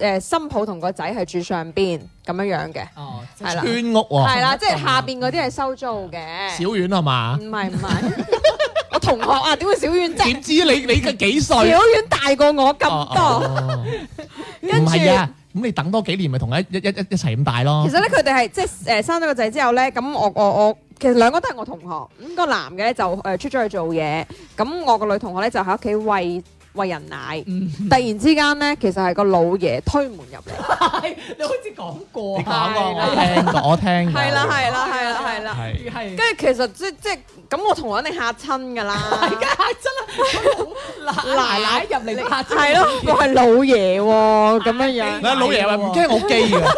S1: 誒新抱同個仔係住上邊咁樣樣嘅，
S5: 哦，即係
S1: 係啦
S2: 圈屋喎，
S1: 係啦，嗯即係下邊嗰啲係收租
S2: 啊小
S1: 嘅，
S2: 丸係嘛
S1: 唔？係唔係， 我同學啊點會小院啫？
S2: 點知你你嘅幾歲？啊
S1: 小院大過我咁多。
S2: 哦。
S1: 跟
S2: 唔
S1: 住
S2: 係啊，咁你等多幾年咪同佢一一一一一齊咁大咯
S1: 其實。咧，佢哋係即係誒生咗個仔之後咧，咁我我我其實兩個都係我同學，咁、個男嘅咧就誒、出咗去做嘢，咁我個女同學咧就喺屋企喂喂人奶，
S5: 嗯
S1: 突然之間咧，其實係個老爺推門入嚟，
S5: 你好似講過
S1: 係
S2: 你講過，
S1: 啦
S2: 我聽過，我聽 過。
S1: 係啦係啦係啦係啦，
S2: 係
S1: 跟
S5: 係
S1: 住其實即即咁我同我一定嚇親㗎 啦，
S5: 真係奶奶入嚟拍照，
S1: 係咯，我係老爺喎咁樣樣。
S2: 嗱老爺話唔驚我機 嘅，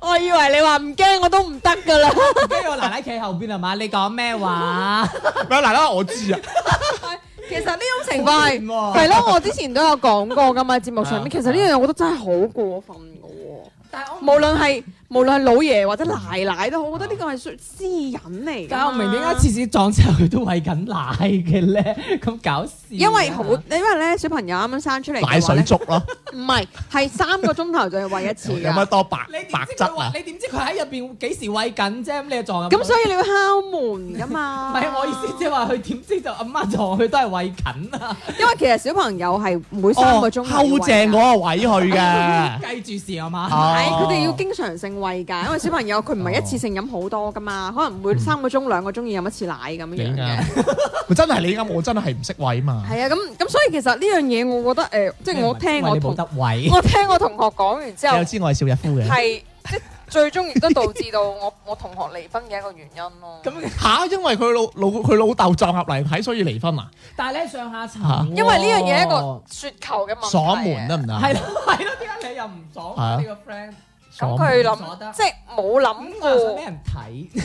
S1: 我以為你話唔驚我都唔得噶啦，
S5: 跟住我奶奶企後邊係嘛？你講咩 話？
S2: 咪嗱啦，我知啊，
S1: 其實呢種情況係
S5: 好
S1: 係咯，我之前都有講過噶嘛，節目上面
S2: 啊
S1: 其實呢樣嘢我覺得真係好過分噶喎。
S5: 但係我
S1: 無論係無論係老爺或者奶奶都好，我覺得呢個係屬於私隱嚟㗎嘛。
S5: 但我唔明點解次次撞車佢都喂緊奶嘅咧， 咁搞笑。啊
S1: 因為好，因為咧小朋友啱啱生出嚟嘅話
S2: 奶水
S1: 咧，
S2: 粥咯，
S1: 唔係係三個鐘頭就要餵一次
S2: 有 乜
S1: 㗎。
S2: 多白
S5: 你點知
S2: 白
S5: 佢
S2: 質
S5: 話
S2: 啊？
S5: 你點知佢喺入邊幾時喂緊啫？咁你就撞入去
S1: 咁所以你要敲門㗎嘛。
S5: 唔係我意思，即係話佢點知就阿媽撞佢都係喂緊啊，
S1: 因為其實小朋友係每三個
S2: 哦，
S1: 鐘
S2: 後正
S1: 我。
S2: 嗰個位去嘅。
S5: 計住事啊嘛。
S2: 哦
S1: 係，佢哋要經常性餵㗎，因為小朋友佢唔係一次性飲好多㗎嘛，可能每三個鐘兩個鐘要飲一次奶咁樣樣嘅。
S2: 咪真係你啱，我真係唔識位嘛。
S1: 係啊，咁咁所以其實呢樣嘢，我覺得誒、呃即係我聽
S5: 喂
S1: 我
S5: 你冇
S1: 同
S5: 得喂，
S6: 我聽我同學講完之
S2: 你
S6: 後
S2: 又，啊知我係邵逸夫嘅
S6: 係即係最終亦都導致到我 我同學離婚嘅一個原因咯。
S5: 咁
S2: 吓，因為佢老老佢老豆撞入嚟睇，所以離婚啊，
S5: 但係咧上下層
S2: 嚇
S5: 喎，
S6: 因為呢樣嘢係一個雪球嘅問題。
S2: 鎖門得唔得啊？
S5: 係咯係咯，點解你又唔爽
S2: 係啊
S5: 呢個 friend？
S2: 鎖
S6: 咁
S2: 門
S6: 佢
S5: 鎖得
S6: 諗即係冇諗
S5: 咁
S6: 過，
S5: 我想俾
S6: 唔
S5: 人睇。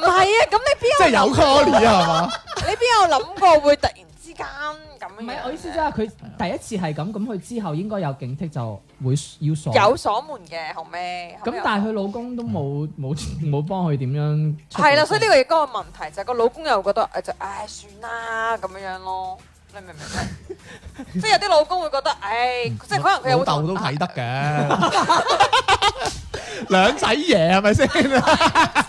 S6: 係啊！咁你
S2: 即
S6: 邊
S2: 係
S6: 有
S2: 有 Conny 啊，係嘛？
S6: 你邊有諗過會突然之間咁樣？
S5: 唔係，我意思即係啊佢第一次係咁，咁佢之後應該有警惕，就會要鎖。
S6: 有鎖門嘅後尾。後尾
S5: 咁
S6: 有，
S5: 但係佢老公都冇冇 冇幫佢點樣出到聲。
S6: 係啦，所以呢個亦都係個問題，就係個老公又覺得誒就唉算啦咁樣樣咯，你明唔明？即係有啲老公會覺得，唉，即係可能佢
S2: 老
S6: 有
S2: 豆都睇得嘅。兩仔爺係咪先？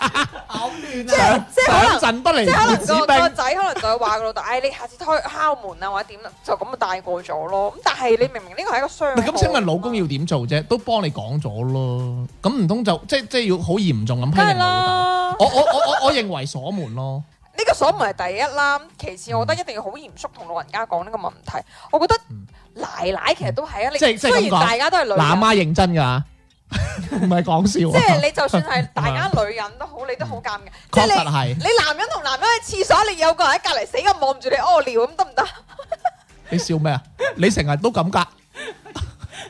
S2: 上
S5: 亂
S6: 即係可能
S2: 上陣不離
S6: 即係可
S2: 父
S6: 能
S2: 子
S6: 個個
S2: 兵，
S6: 仔可能就會話個老豆，唉，你下次推敲門啊或者點啦，就咁就大個咗咯。咁但係你明唔明呢個係一個傷
S2: 唔
S6: 害啊
S2: 係咁請問老公要點做啫？都幫你講咗咯，咁唔通就即即係要好嚴重咁批
S6: 梗係
S2: 評老豆？
S6: 啦，
S2: 我我我我我認為鎖門咯，
S6: 呢個鎖門係第一啦。其次，我覺得一定要好嚴肅同老人家講呢個問題。我覺得
S2: 嗯
S6: 奶奶其實都係啊，你
S2: 即係即係咁
S6: 雖然
S2: 講
S6: 大家都係女
S2: 嗱阿
S6: 人。
S2: 媽認真㗎， 唔係講笑
S6: 即
S2: 啊。
S6: 係你就算係大家 女人都好，你都好尷尬。即
S2: 確實
S6: 係你
S2: 係
S6: 你男人同男人去廁所，你有個人喺隔離死咁望住你屙尿咁得唔得？
S2: 哦你笑咩啊？你成日都咁㗎。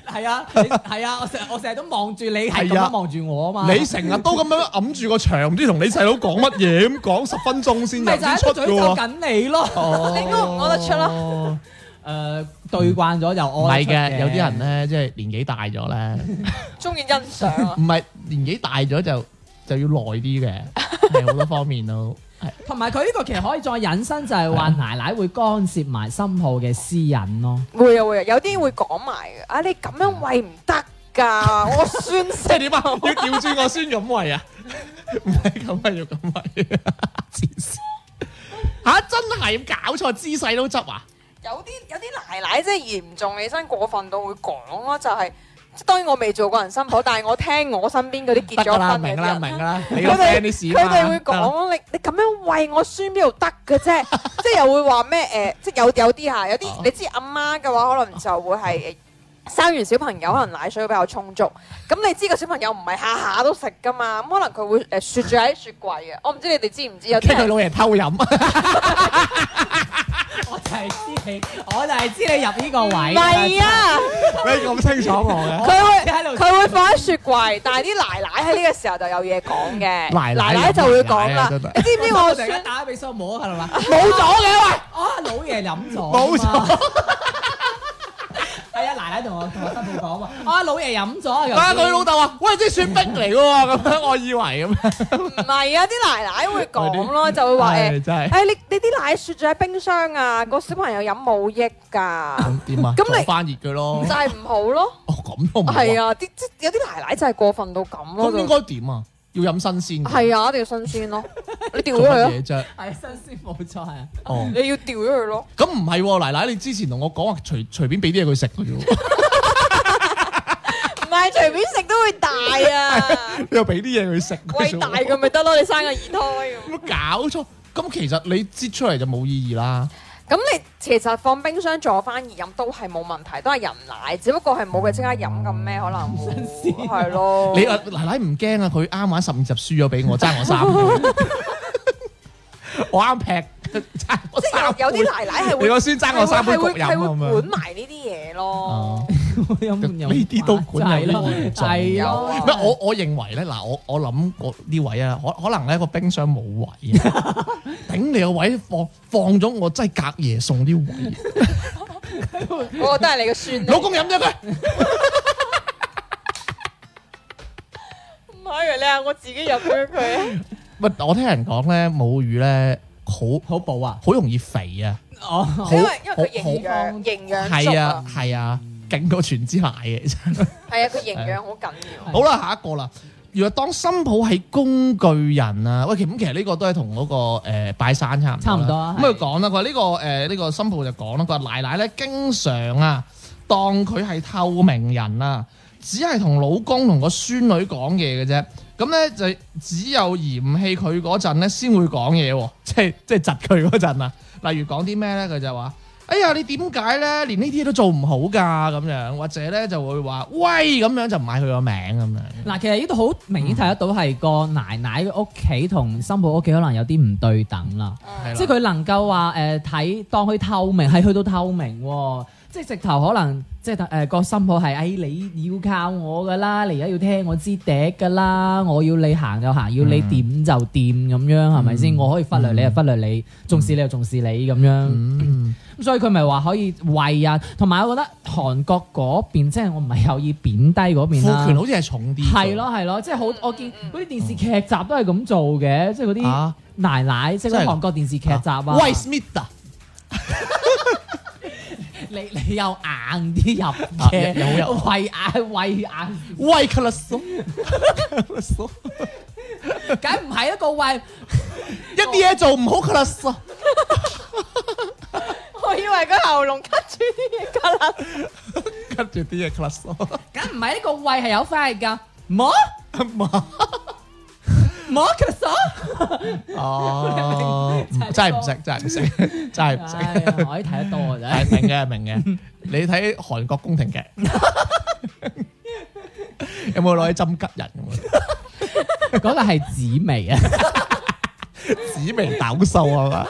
S5: 係啊，你係啊，我成我成日都望住你，係咁
S2: 係啊
S5: 樣望住我啊嘛。
S2: 你成日都咁樣揞住個牆，唔知同你細佬講乜嘢咁講十分鐘先
S5: 咪
S2: 有
S5: 就哦
S2: 先
S5: 喺
S2: 出
S5: 度
S2: 嘅
S5: 詛咒
S2: 喎。
S5: 緊你咯。
S2: 你
S6: 你屙唔屙得出啦？
S2: 咯？
S5: 誒對慣咗就
S2: 唔
S5: 我
S2: 係嘅，有啲人咧，即係年紀大咗咧，
S6: 中意欣賞啊！
S2: 唔係年紀大咗就就要耐啲嘅，係好多方面都係
S5: 同埋佢呢個其實可以再引申，就係話奶奶會干涉埋心抱嘅私隱咯。
S6: 會啊會啊，有啲會講埋嘅。啊，你咁樣喂唔得 㗎，我宣
S2: 即係
S6: 誓。
S2: 點啊？要調轉個孫咁圍啊？唔係咁圍，要咁圍，黐線嚇！真係搞錯姿勢都執啊！
S6: 有啲有啲奶奶真係嚴重起身過分到會講咯，就係即係當然我未做過人新抱，但係我聽我身邊嗰啲
S2: 得
S6: 結
S2: 㗎
S6: 咗
S2: 啦，
S6: 婚
S2: 明
S6: 嘅
S2: 㗎
S6: 啲
S2: 啦，
S6: 人
S2: 明㗎。啦，你個
S6: 佢
S2: friend
S6: 哋
S2: 啲事
S6: 佢
S2: 啊嘛
S6: 哋會講你你咁樣喂我孫邊度得嘅 啫，即係又會話咩誒，即係有有啲嚇，有啲你知阿媽嘅話，可能就會係誒生完小朋友可能奶水比較充足，咁你知個小朋友唔係下下都食噶嘛，咁可能佢會誒雪住喺雪櫃啊，我唔知你哋知唔知有
S2: 跟 住
S6: 啲
S2: 佢
S6: 人
S2: 老爺偷飲。
S5: 我就係知你，我就係知你入呢個位。
S6: 唔係啊，
S2: 你咁清楚我 嘅？
S6: 佢
S5: 你喺
S6: 會
S5: 度
S6: 佢會放喺雪櫃，但係啲奶奶喺呢個時候就有嘢講嘅，
S2: 奶奶
S6: 就會講
S2: 奶奶
S6: 啦，
S2: 啊真係
S6: 你 知唔知
S5: 我
S6: 我
S5: 突然間
S6: 孫
S5: 打俾蘇母係嘛？
S2: 冇咗嘅喂，
S5: 啊，老爺飲咗，
S2: 冇咗。
S5: 係啊，奶奶同我同我新抱講啊，啊，老爺飲咗啊，咁
S2: 啊！佢老豆話：喂，啲雪碧嚟嘅喎，咁樣我以為咁樣。
S6: 唔係啊，啲奶奶 會講咯，就會話誒。
S2: 真係
S6: 誒，你你啲奶雪咗喺冰箱啊，個小朋友飲冇益㗎，
S2: 咁點啊？
S6: 咁你
S2: 做翻熱佢咯
S6: 就。係唔好咯。
S2: 哦，咁都唔好
S6: 係
S2: 啊。
S6: 啊，啲即有啲奶奶真係過分到咁咯
S2: 咁。應該點啊？要飲新鮮嘅。
S6: 係啊，啊一定要新 鮮咯，你掉
S2: 做
S6: 咗
S2: 乜
S6: 佢咯，
S2: 嘢啫？
S5: 係新鮮冇錯係啊。
S2: 哦，
S6: 你要掉咗佢咯。
S2: 咁唔係喎，奶奶，你之前同我講話隨隨便俾啲嘢佢食嘅啫 喎，
S6: 唔係隨便食都會大 啊，
S2: 你又俾啲嘢佢食。
S6: 喂大佢。咪得咯，你生個二胎咁。
S2: 咁搞錯。咁其實你擠出嚟就冇意義啦。
S6: 咁你其實放冰箱坐翻熱飲都係冇問題，都係人奶，只不過係冇佢即刻飲咁咩，可能新鮮係咯。
S2: 你啊奶奶唔驚啊，佢啱玩十五集輸咗俾我，爭我三 倍，我啱劈， 爭我
S6: 即
S2: 三
S6: 係有有啲奶奶係
S2: 你
S6: 會
S2: 個孫爭我三杯
S6: 係會
S2: 焗
S6: 係會係
S2: 飲啊
S6: 會
S2: 咁
S6: 管
S2: 樣。
S6: 埋呢啲嘢咯
S2: 哦。
S5: 有冇有冇
S2: 呢啲都管有啲
S5: 就係咯
S2: 嚴重
S5: 係
S6: 有
S5: 咯
S6: 啊
S2: 唔係我我認為咧，嗱我我諗我呢位啊，可可能咧個冰箱冇位啊， 頂你個位放放咗我真係隔夜送啲 位，
S6: 我覺得係你嘅孫嚟
S2: 老公飲咗佢。
S6: 唔係啊你係我自己入咗 佢。啊
S2: 喂，我聽人講咧，母乳咧好
S5: 好補啊！
S2: 好容易肥啊，
S5: 哦，
S2: 好
S6: 因為因為佢
S2: 好
S6: 營養啊營養足
S2: 係啊
S6: 啊，
S2: 係啊，勁過全脂奶嘅。真係
S6: 係啊，佢營養好緊要。
S2: 好啦，下一個啦。原來當新抱係工具人啊，喂，其咁其實呢個都係同嗰個誒拜山差唔
S5: 差唔多
S2: 多
S5: 啊
S2: 啦。
S5: 係
S2: 咁佢講啦，佢話呢個誒呢個新抱就講啦，佢話奶奶咧經常啊當佢係透明人啊，只係同老公同個孫女講嘢嘅啫。咁咧就只有嫌棄佢嗰陣咧先會講嘢喎，即係即係窒佢嗰陣啊。例如講啲咩咧，佢就話。哎呀，你點解咧連呢啲都做唔好㗎咁樣，或者咧就會話喂咁樣就唔買佢個名咁樣。
S5: 嗱，其實呢度好明顯睇得到係個奶奶嘅屋企同新抱屋企可能有啲唔對等啦。
S2: 係啦
S5: 即係佢能夠話誒睇當佢透明係去到透明喎，即係直頭可能即係誒個新抱係誒你要靠我噶啦，你而家要聽我支笛噶啦，我要你行就行，要你
S2: 嗯
S5: 點就點咁樣係咪先？我可以忽略你就忽略你，重視你就重視你咁樣。
S2: 嗯，
S5: 咁所以佢咪話可以喂啊，同埋我覺得韓國嗰邊即係我唔係有意貶低嗰
S2: 賦
S5: 邊啦
S2: 權。好似係重啲。
S5: 啊係。咯係咯，即係好我見嗰啲電視劇集都係咁做嘅，即係嗰啲
S2: 嗯啊
S5: 奶奶，即係嗰
S2: 真
S5: 啲
S2: 係㗎
S5: 韓國電視劇集啊。
S2: 喂 Smith 啊，
S5: 你你又硬啲入
S2: 啊
S5: 嘅，
S2: 有有
S5: 喂硬喂啊硬，
S2: 喂 c l a s
S5: 梗唔係一個喂，
S2: 一啲嘢做唔好 c l a s
S6: 我以為佢喉嚨咳住啲嘢咳啦。
S2: 跟住啲嘢 c l a s
S5: 梗唔係呢個喂係有翻譯㗎，冇
S2: 啊
S5: 冇其 實，
S2: 哦，唔真係唔識，真係唔識， 真係唔識。
S5: 哎呀我啲睇得多啊
S2: 係明嘅，明嘅。你睇韓國宮 廷劇，有冇攞啲針拮人咁啊？
S5: 真係，嗰個係紫薇啊，
S2: 紫微斗數啊係嘛？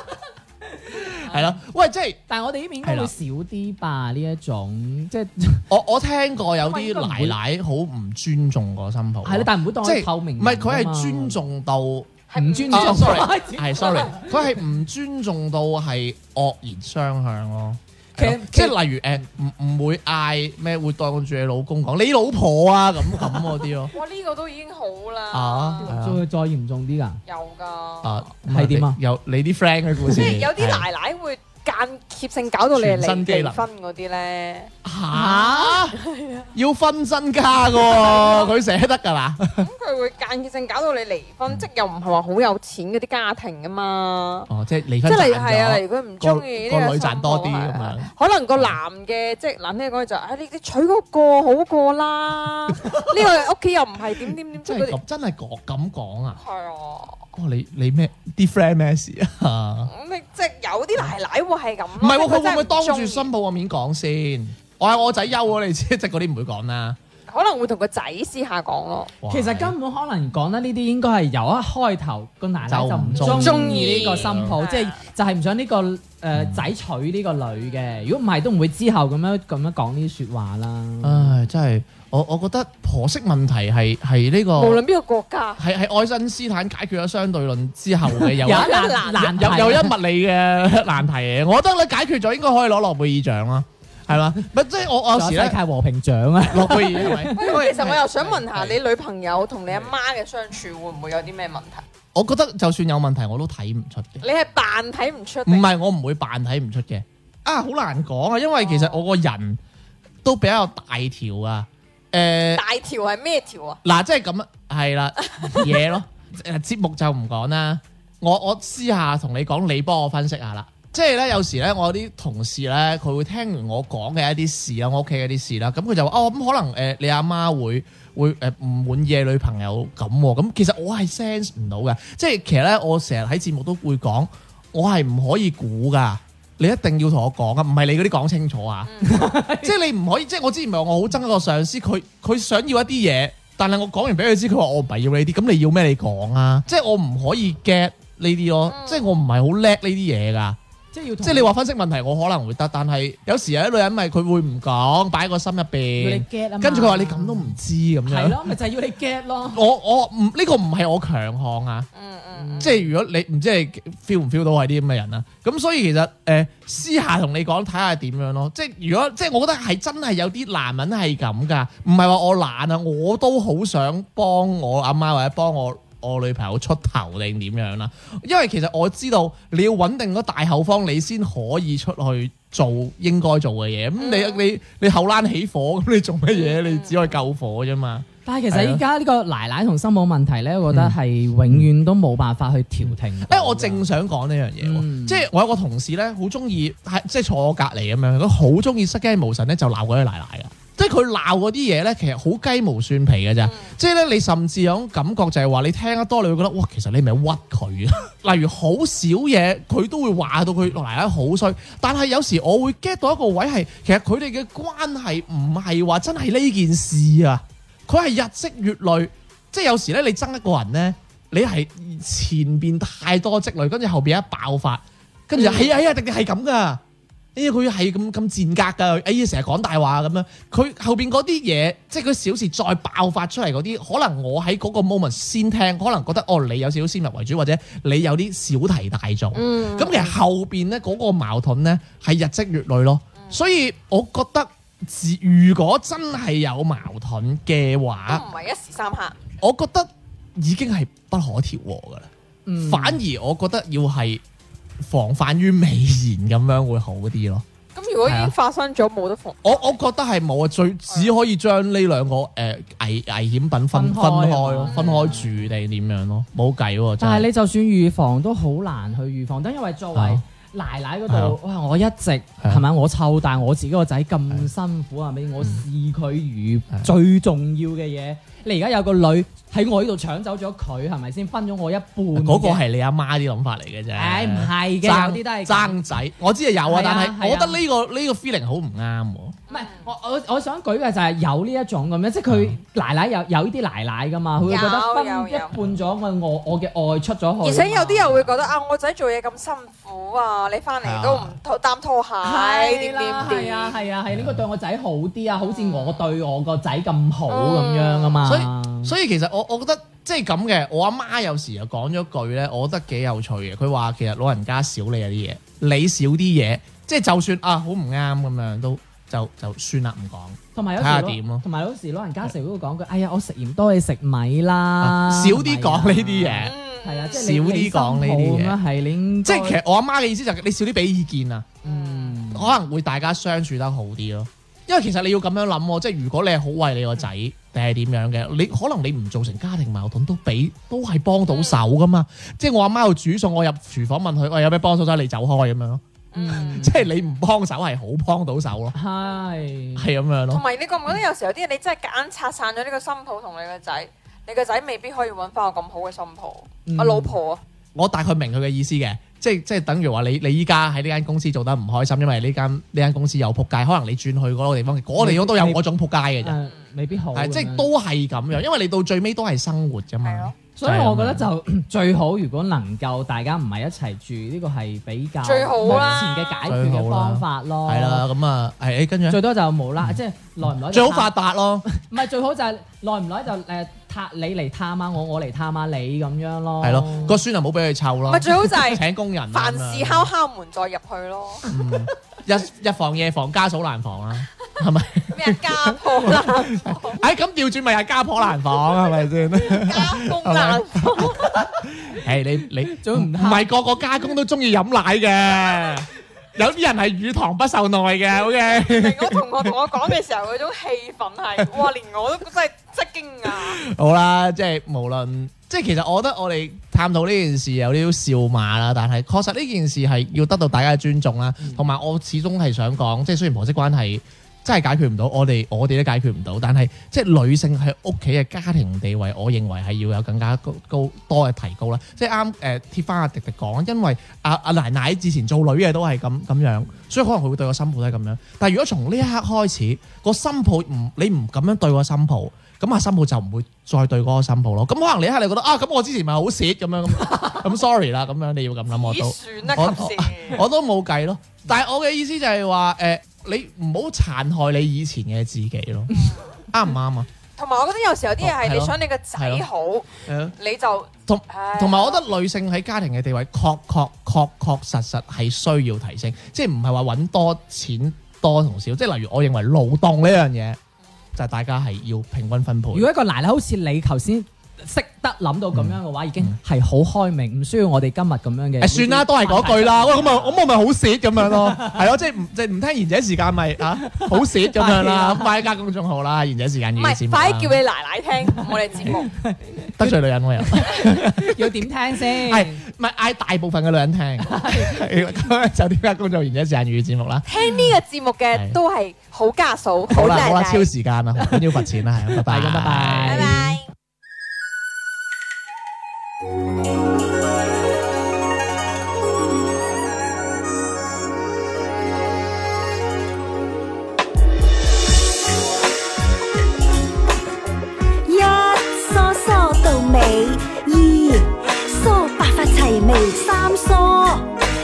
S2: 係咯，喂，即係
S5: 但係我哋呢邊應該
S2: 係
S5: 會
S2: 啦
S5: 少啲吧呢一種，即係
S2: 我我聽過有啲奶奶好唔尊重個新抱，
S5: 係啦，但係唔會當
S2: 即
S5: 佢
S2: 係
S5: 透明
S2: 唔
S5: 人㗎嘛，
S2: 係佢係尊重到，
S5: 唔尊
S2: 啊
S5: 重
S2: ，sorry，係 sorry，佢係唔尊重到係惡言相向咯。
S5: 其
S2: 係咯即係例如誒，唔唔會嗌咩，會當住你老公講你老婆啊咁咁嗰啲 咯。
S6: 哇！呢個都已經好
S2: 啊
S6: 啦，
S2: 係啊
S5: 再再嚴重啲㗎，
S6: 有㗎。
S2: 啊，
S5: 係點啊
S2: 你有你啲 friend 嘅故事，
S6: 即係有啲
S2: 係
S6: 奶奶會間歇性搞到你係
S2: 全身機
S6: 離
S2: 能
S6: 離婚嗰啲咧。
S2: 嚇，要分身家嘅 喎，佢捨得㗎啦。
S6: 咁佢會間歇性搞到你離婚，即係又唔係話好有錢嗰啲家庭噶嘛。
S2: 哦，即係離
S6: 即
S2: 婚
S6: 係例
S2: 賺
S6: 如係啊，
S2: 咗
S6: 例。如佢唔中意
S2: 個
S6: 呢個啊
S2: 個女
S6: 新
S2: 賺
S6: 抱
S2: 多啲
S6: 係
S2: 咁樣
S6: 可能個男嘅即係諗起嗰句就係：，唉，你你娶嗰個好過 啦，呢個屋企又唔係點點點，即
S2: 真係
S6: 係嗰啲
S2: 咁，真係講咁講啊！
S6: 係啊。
S2: 哦，你你咩啲 friend 咩事啊？
S6: 咁你即係有啲奶奶會係咁咯。
S2: 唔係喎，
S6: 即係
S2: 佢會唔會
S6: 真係
S2: 當
S6: 中
S2: 住
S6: 意
S2: 新抱個面講先？我係我仔休啊！你知 即係嗰啲唔會講啦。
S6: 可能會同個仔私下講咯。
S2: 哇
S5: 其實根本可能講得呢啲應該係由一開頭個奶奶就唔
S2: 就唔
S5: 中意呢個
S6: 中意
S5: 新
S2: 啊
S5: 抱，即係就係唔想呢個誒
S2: 嗯
S5: 仔娶呢個女嘅。如果唔係都唔會之後咁樣咁樣講呢啲説話啦。
S2: 唉，真係我我覺得婆媳問題係係呢個
S6: 無論邊個國家，
S2: 係係愛因斯坦解決咗相對論之後嘅有
S5: 有
S2: 一
S5: 一
S6: 一
S5: 難
S6: 難
S5: 難題
S2: 有有一物理嘅難題嘅，我覺得你解決咗應該可以攞諾貝爾獎啦，係嘛？唔即係我我有時
S5: 世界
S2: 咧
S5: 和平獎啊！
S2: 諾貝爾係咪？因 為
S6: 喂，其實我又想問下
S2: 係
S6: 你女朋友同你阿媽嘅相處會唔會有啲咩問題？
S2: 我覺得就算有問題我都睇唔出嘅。
S6: 你係扮睇唔出
S2: 唔
S6: 定
S2: 係，我唔會扮睇唔出嘅。啊，好難講啊，因為其實我個人都比較大條啊。誒、
S6: 大條係咩條啊？
S2: 嗱，即係咁啊，係啦，嘢咯。誒節目就唔講啦，我我私下同你講，你幫我分析下啦。即係咧，有時咧，我有啲同事咧，佢會聽完我講嘅一啲事啦，我屋企嘅一啲事啦，咁佢就話：哦，咁可能誒、你阿媽會會誒唔滿意你女朋友咁喎。咁其實我係 sense 唔到嘅，即係其實咧，我成日喺節目都會講，我係唔可以估㗎。你一定要同我講啊，唔係你嗰啲講清楚啊， 即係你唔可以，即係我之前咪話我好憎一個上司，佢佢想要一啲嘢，但係我講完俾佢知，佢話我唔係要呢啲，咁你要咩你講啊，即係我唔可以 get 呢啲咯，
S5: 嗯
S2: 即係我唔係好叻呢啲嘢㗎。
S5: 即係要同
S2: 即係你話分析問題，我可能會得，但係有時有啲女人咪佢會唔講，擺喺個心入
S5: 要你
S2: 邊，
S5: get 啊嘛
S2: 跟住佢話你咁都唔知咁
S5: 係
S2: 樣。
S5: 咯，咪就係要你 get 咯。
S2: 我我唔呢、個唔係我強項啊，
S6: 嗯嗯，
S2: 即係如果你唔知你 feel 唔 feel 到係啲咁嘅人啊，咁所以其實誒、呃私下同你講睇下點樣咯，即係如果即係我覺得係真係有啲男人係咁㗎，唔係話我懶啊，我都好想幫我阿媽或者幫我。我女朋友出頭定點樣啦？因為其實我知道你要穩定嗰大後方，你先可以出去做應該做嘅嘢。咁、
S6: 嗯
S2: 你你你後欄起火，咁你做乜嘢？你只可以救火啫嘛。
S5: 但係
S2: 啊
S5: 其實依家呢個奶奶同心母問題咧，我覺得係永遠都冇辦法去調停。
S2: 嗯誒，哎我正想講呢樣嘢喎，
S5: 嗯
S2: 即係我有個同事咧，好中意係即係坐我隔離咁樣，佢好中意失驚無神咧，就鬧嗰啲奶奶嘅。即係佢鬧嗰啲嘢咧，其實好雞毛蒜皮嘅咋。即係咧，你甚至有種感覺就係話，你聽得多，你會覺得哇，其實你咪屈佢啊。 例如好少嘢，佢都會話到佢奶奶好衰。但係有時我會 get 到一個位係，其實佢哋嘅關係唔係話真係呢件事啊，佢係日積月累。即係有時咧，你憎一個人咧，你係前邊太多積累，跟住後邊一爆發，跟住就係啊係啊，定定係咁噶。哎呀，佢係咁咁賤格㗎，哎呀，成日講大話咁樣。佢後邊嗰啲嘢，即係佢小事再爆發出嚟嗰啲，可能我喺嗰個 moment 先聽，可能覺得哦，你有少少先入為主，或者你有啲小題大做。咁、其實後邊咧嗰個矛盾咧係日積月累咯。所以我覺得，自如果真係有矛盾嘅話，
S6: 都唔係一時三刻。
S2: 我覺得已經係不可調和噶啦。
S5: 嗯
S2: 反而我覺得要係防範於未然咁樣會好啲咯。
S6: 咁如果已
S2: 係啊
S6: 經發生咗，冇得防。
S2: 我我覺得係冇啊，
S5: 嗯
S2: 最只可以將呢兩個誒、呃危危險品分分
S5: 分開
S2: 開
S5: 啊
S2: 咯
S5: 嘛，
S2: 分開住定點樣咯，冇計喎。真
S5: 但係
S2: 係
S5: 你就算預防都好難去預防，得因為作
S2: 係
S5: 為
S2: 啊
S5: 奶奶嗰
S2: 係啊
S5: 度，哇！我一直
S2: 啊嗯
S5: 係咪我湊大我自己個仔咁辛苦啊係咪？我視佢
S2: 啊
S5: 如最重要嘅嘢。你而家有個女喺我呢度搶走咗佢，係咪先分咗我一半嘅？
S2: 啊嗰個係你阿媽啲諗法嚟嘅啫。
S5: 唉，唔係嘅，
S2: 爭
S5: 有啲都係咁
S2: 爭仔，我知係有啊，
S5: 係啊
S2: 但係我
S5: 係啊
S2: 覺得呢、個呢、個 feeling 好唔啱喎。
S5: 唔係，我我我想舉嘅就係有呢一種咁樣，即係
S2: 嗯
S5: 佢奶奶有有呢啲奶奶噶嘛，佢會覺得分
S6: 有有有
S5: 一半咗我我我嘅愛出咗
S2: 哦
S5: 去，啊
S6: 而且有啲人會覺得啊，我仔做嘢咁辛苦啊，你翻嚟都唔拖擔拖鞋，
S5: 係
S6: 點
S5: 啦
S6: 點，
S5: 係啊
S6: 點。
S5: 係啊係，應該對我仔好啲啊，好似我對我個仔咁好咁樣啊
S2: 嗯
S5: 嘛，
S2: 所以所以其實我我覺得即係咁嘅，我阿媽有時又講咗句咧，我覺得幾有趣嘅。佢話其實老人家少你有啲嘢，你少啲嘢，即係就算啊好唔啱咁樣都就就算啦，唔講。
S5: 同埋有
S2: 睇下
S5: 時
S2: 點咯
S5: 老同埋有時老人家成日都會講句，哎呀我食鹽多你食米啦，
S2: 啊少啲講呢啲
S5: 係啊，
S2: 嘢。
S5: 係啊，即係
S2: 少啲講呢啲嘢
S5: 嘢，係你應
S2: 即
S5: 該
S2: 係其實我阿媽嘅意思就係你少啲俾意見啊，
S5: 嗯。
S2: 可能會大家相處得好啲咯。因為其實你要咁樣諗喎，即係如果你係好為你個仔定係點樣嘅，你可能你唔造成家庭矛盾都俾都係幫到手噶嘛。即係我阿媽度煮餸，我入廚房問佢，喂有咩幫手仔，你走開咁樣咯。
S5: 嗯
S2: 即係你唔幫手係好幫到手咯，
S5: 係
S2: 係咁樣
S6: 同
S2: 咯。
S6: 埋你覺唔覺得有時有啲嘢你真係夾硬拆散咗呢個新抱同你個仔，你個仔未必可以揾翻我咁好嘅新抱，
S2: 嗯
S6: 我老婆啊，
S2: 我大概明佢嘅意思嘅，即係即係等於話你你依家喺呢間公司做得唔開心，因為呢間呢間公司有仆街，可能你轉去嗰個地方，嗰、個地方都有嗰種仆街嘅啫。
S5: 誒未必好咁
S2: 係
S5: 樣，
S2: 即係都係咁樣，因為你到最尾都係生活啫
S6: 係
S2: 嘛
S6: 咯。
S5: 所以我
S2: 啊
S5: 覺得就
S2: 嗯
S5: 最好，如果能夠大家唔係一齊住，呢個係比較
S6: 最好啦
S5: 目前嘅解決嘅方法咯。
S6: 哦
S2: 係啦，，咁啊，係誒跟住
S5: 最多就冇啦，即係耐唔耐就
S2: 最好
S5: 探
S2: 發，達咯，
S6: 哦
S5: 唔係最好就係耐唔耐就誒探你嚟探下我，我嚟探下你咁樣咯。
S2: 係咯，個孫啊冇俾佢湊咯
S6: 咪，最好就係
S2: 請工人啊
S6: 凡
S2: 咁
S6: 事
S2: 樣
S6: 敲敲門再入去咯，
S2: 日日防夜防家嫂難防啦，係 咪？
S6: 咩啊家破 啦，
S2: 誒咁調轉咪係家婆難防啊係咪 先？
S6: 家公啊難防，
S2: 誒你你
S5: 最好唔
S2: 唔
S5: 係
S2: 係個個家公都中意飲奶嘅，有啲人係乳糖不受耐嘅，OK。
S6: 明我同學同我講嘅時候嗰種氣氛係，哇！連我都真係真係驚訝，
S2: 好啦，即係無論，即係其實我覺得我哋探討呢件事有啲笑話啦，但係確實
S6: 嗯
S2: 呢件事係要得到大家嘅尊重啦，同埋、我始終係想講，即係雖然婆媳關係。真係解決唔到，我哋我哋都解決唔到。但係即係女性喺屋企嘅家庭地位，我認為係要有更加高高多嘅提高啦。即係啱誒貼翻阿迪迪講，因為阿阿奶奶之前做女嘅都係咁咁樣，所以可能佢會對個新抱都係咁樣。但係如果從呢一刻開始，個新抱唔你唔咁樣對個新抱。咁阿新抱就唔會再對嗰個新抱咯。咁可能你一刻你覺得啊，咁我之前咪好蝕咁樣咁，咁 sorry 啦，咁樣你要咁諗我
S6: 咦
S2: 都。
S6: 算啦，
S2: 我
S6: 及時。
S2: 我都冇計咯。但係我嘅意思就係話，誒、你唔好殘害你以前嘅自己咯，啱唔啱啊？
S6: 同埋我覺得有時候有啲嘢係
S2: 係咯
S6: 你想你個仔
S2: 係咯
S6: 好，
S2: 係咯
S6: 你就
S2: 同
S6: 唉
S2: 同埋，我覺得女性喺家庭嘅地位確確確確實實係需要提升，即係唔係話揾多錢多同少，即係例如我認為勞動呢樣嘢就係大家係要平均分配。
S5: 如果一個奶奶好似你頭先識得諗到咁樣嘅話，已經係好開明，唔需要我哋今日咁樣嘅。
S2: 嗯誒算啦，都係嗰句啦。喂，咁啊，咁我咪好蝕咁樣咯，係咯，即係唔即係唔聽賢者時間咪啊，好蝕咁樣啦。快加公眾號啦，賢者時間
S6: 唔
S2: 語嘅節
S6: 係
S2: 目
S6: 快
S2: 啦
S6: 啲叫你奶奶聽我哋節目，
S2: 得罪女人喎又。
S5: 要點聽先？
S2: 係唔係嗌大部分嘅女人聽？係啦咁啊就點解工作完一時間語節目啦？
S6: 聽呢個節目嘅
S2: 係
S6: 都係好家嫂，
S2: 嗯好啦
S6: 奶
S2: 好啦，啊
S6: 奶。
S2: 超時間啦，唔緊要罰錢啦，係咁啊拜
S5: 係咁拜拜
S6: 拜拜。
S10: 一梳梳到尾，二梳白髮齊眉，三梳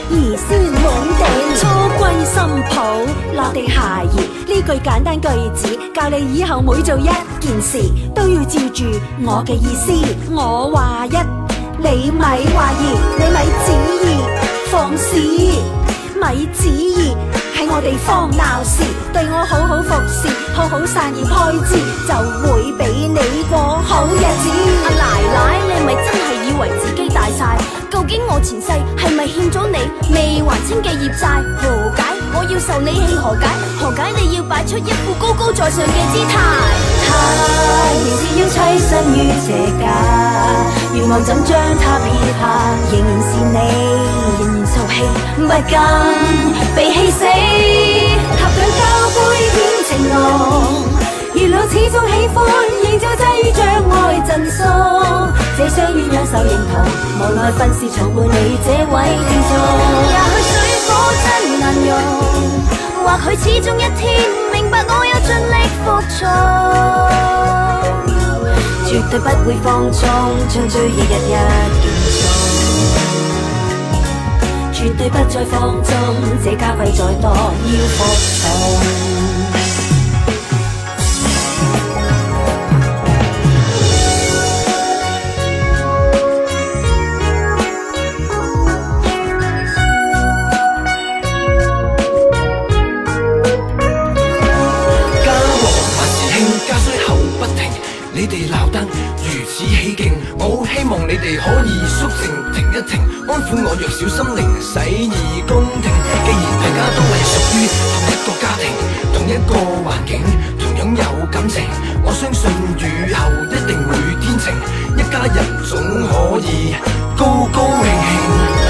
S10: 兒孫滿地，初歸新抱落地下兒呢句簡單句子，教你以後每做一件事都要照住我嘅意思。我話一，你咪話二，你咪指二，放肆。咪旨意喺我哋方鬧事，對我好好服侍，好好散而開支，就會俾你過好日子。阿奶奶，你咪真係以為自己大晒？究竟我前世係咪欠咗你未還清嘅業債？何解？我要受你氣何解？何解你要擺出一副高高在上嘅姿態？
S11: 他仍是要棲身於這家，願望怎將它撇下？仍然是你，仍然受氣，不甘被氣死。合掌交杯顯情濃，月老始終喜歡，仍照擠於障礙贈送。這雙鴛鴦受認同，無奈分是重伴你這位聽眾。也許水火真難容。或許始終一天明白我有盡力服從，絕對不會放縱，將追憶日日競逐，絕對不再放縱，這家規再多要服從。
S7: 家和萬事興，家衰後不停。你哋鬧得如此起勁，我好希望你哋可以肅靜，停一停，安撫我弱小心靈，洗耳恭聽。既然大家都係屬於同一個家庭，同一個環境，同樣有感情，我相信雨後一定會天晴，一家人總可以高高興興。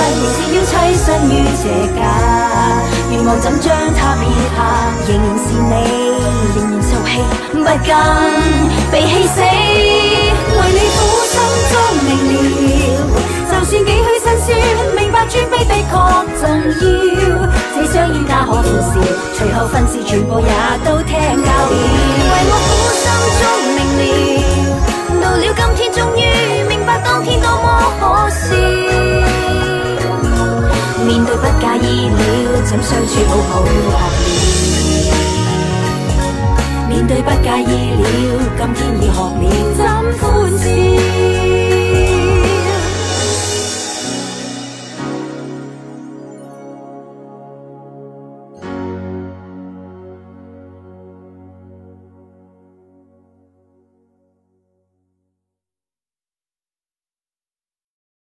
S11: 他仍是要棲身於這家，願望怎將它撇下？仍然是你，仍然受氣，不甘被氣死。為你苦心中明了，就算幾許辛酸，明白尊卑的確重要。這雙冤家可歡笑，隨後訓示全部也都聽教了。為我苦心中明了。到了今天，終於明白當天多麼可笑。面對不假意料，怎相處好好學了。面對不假意料，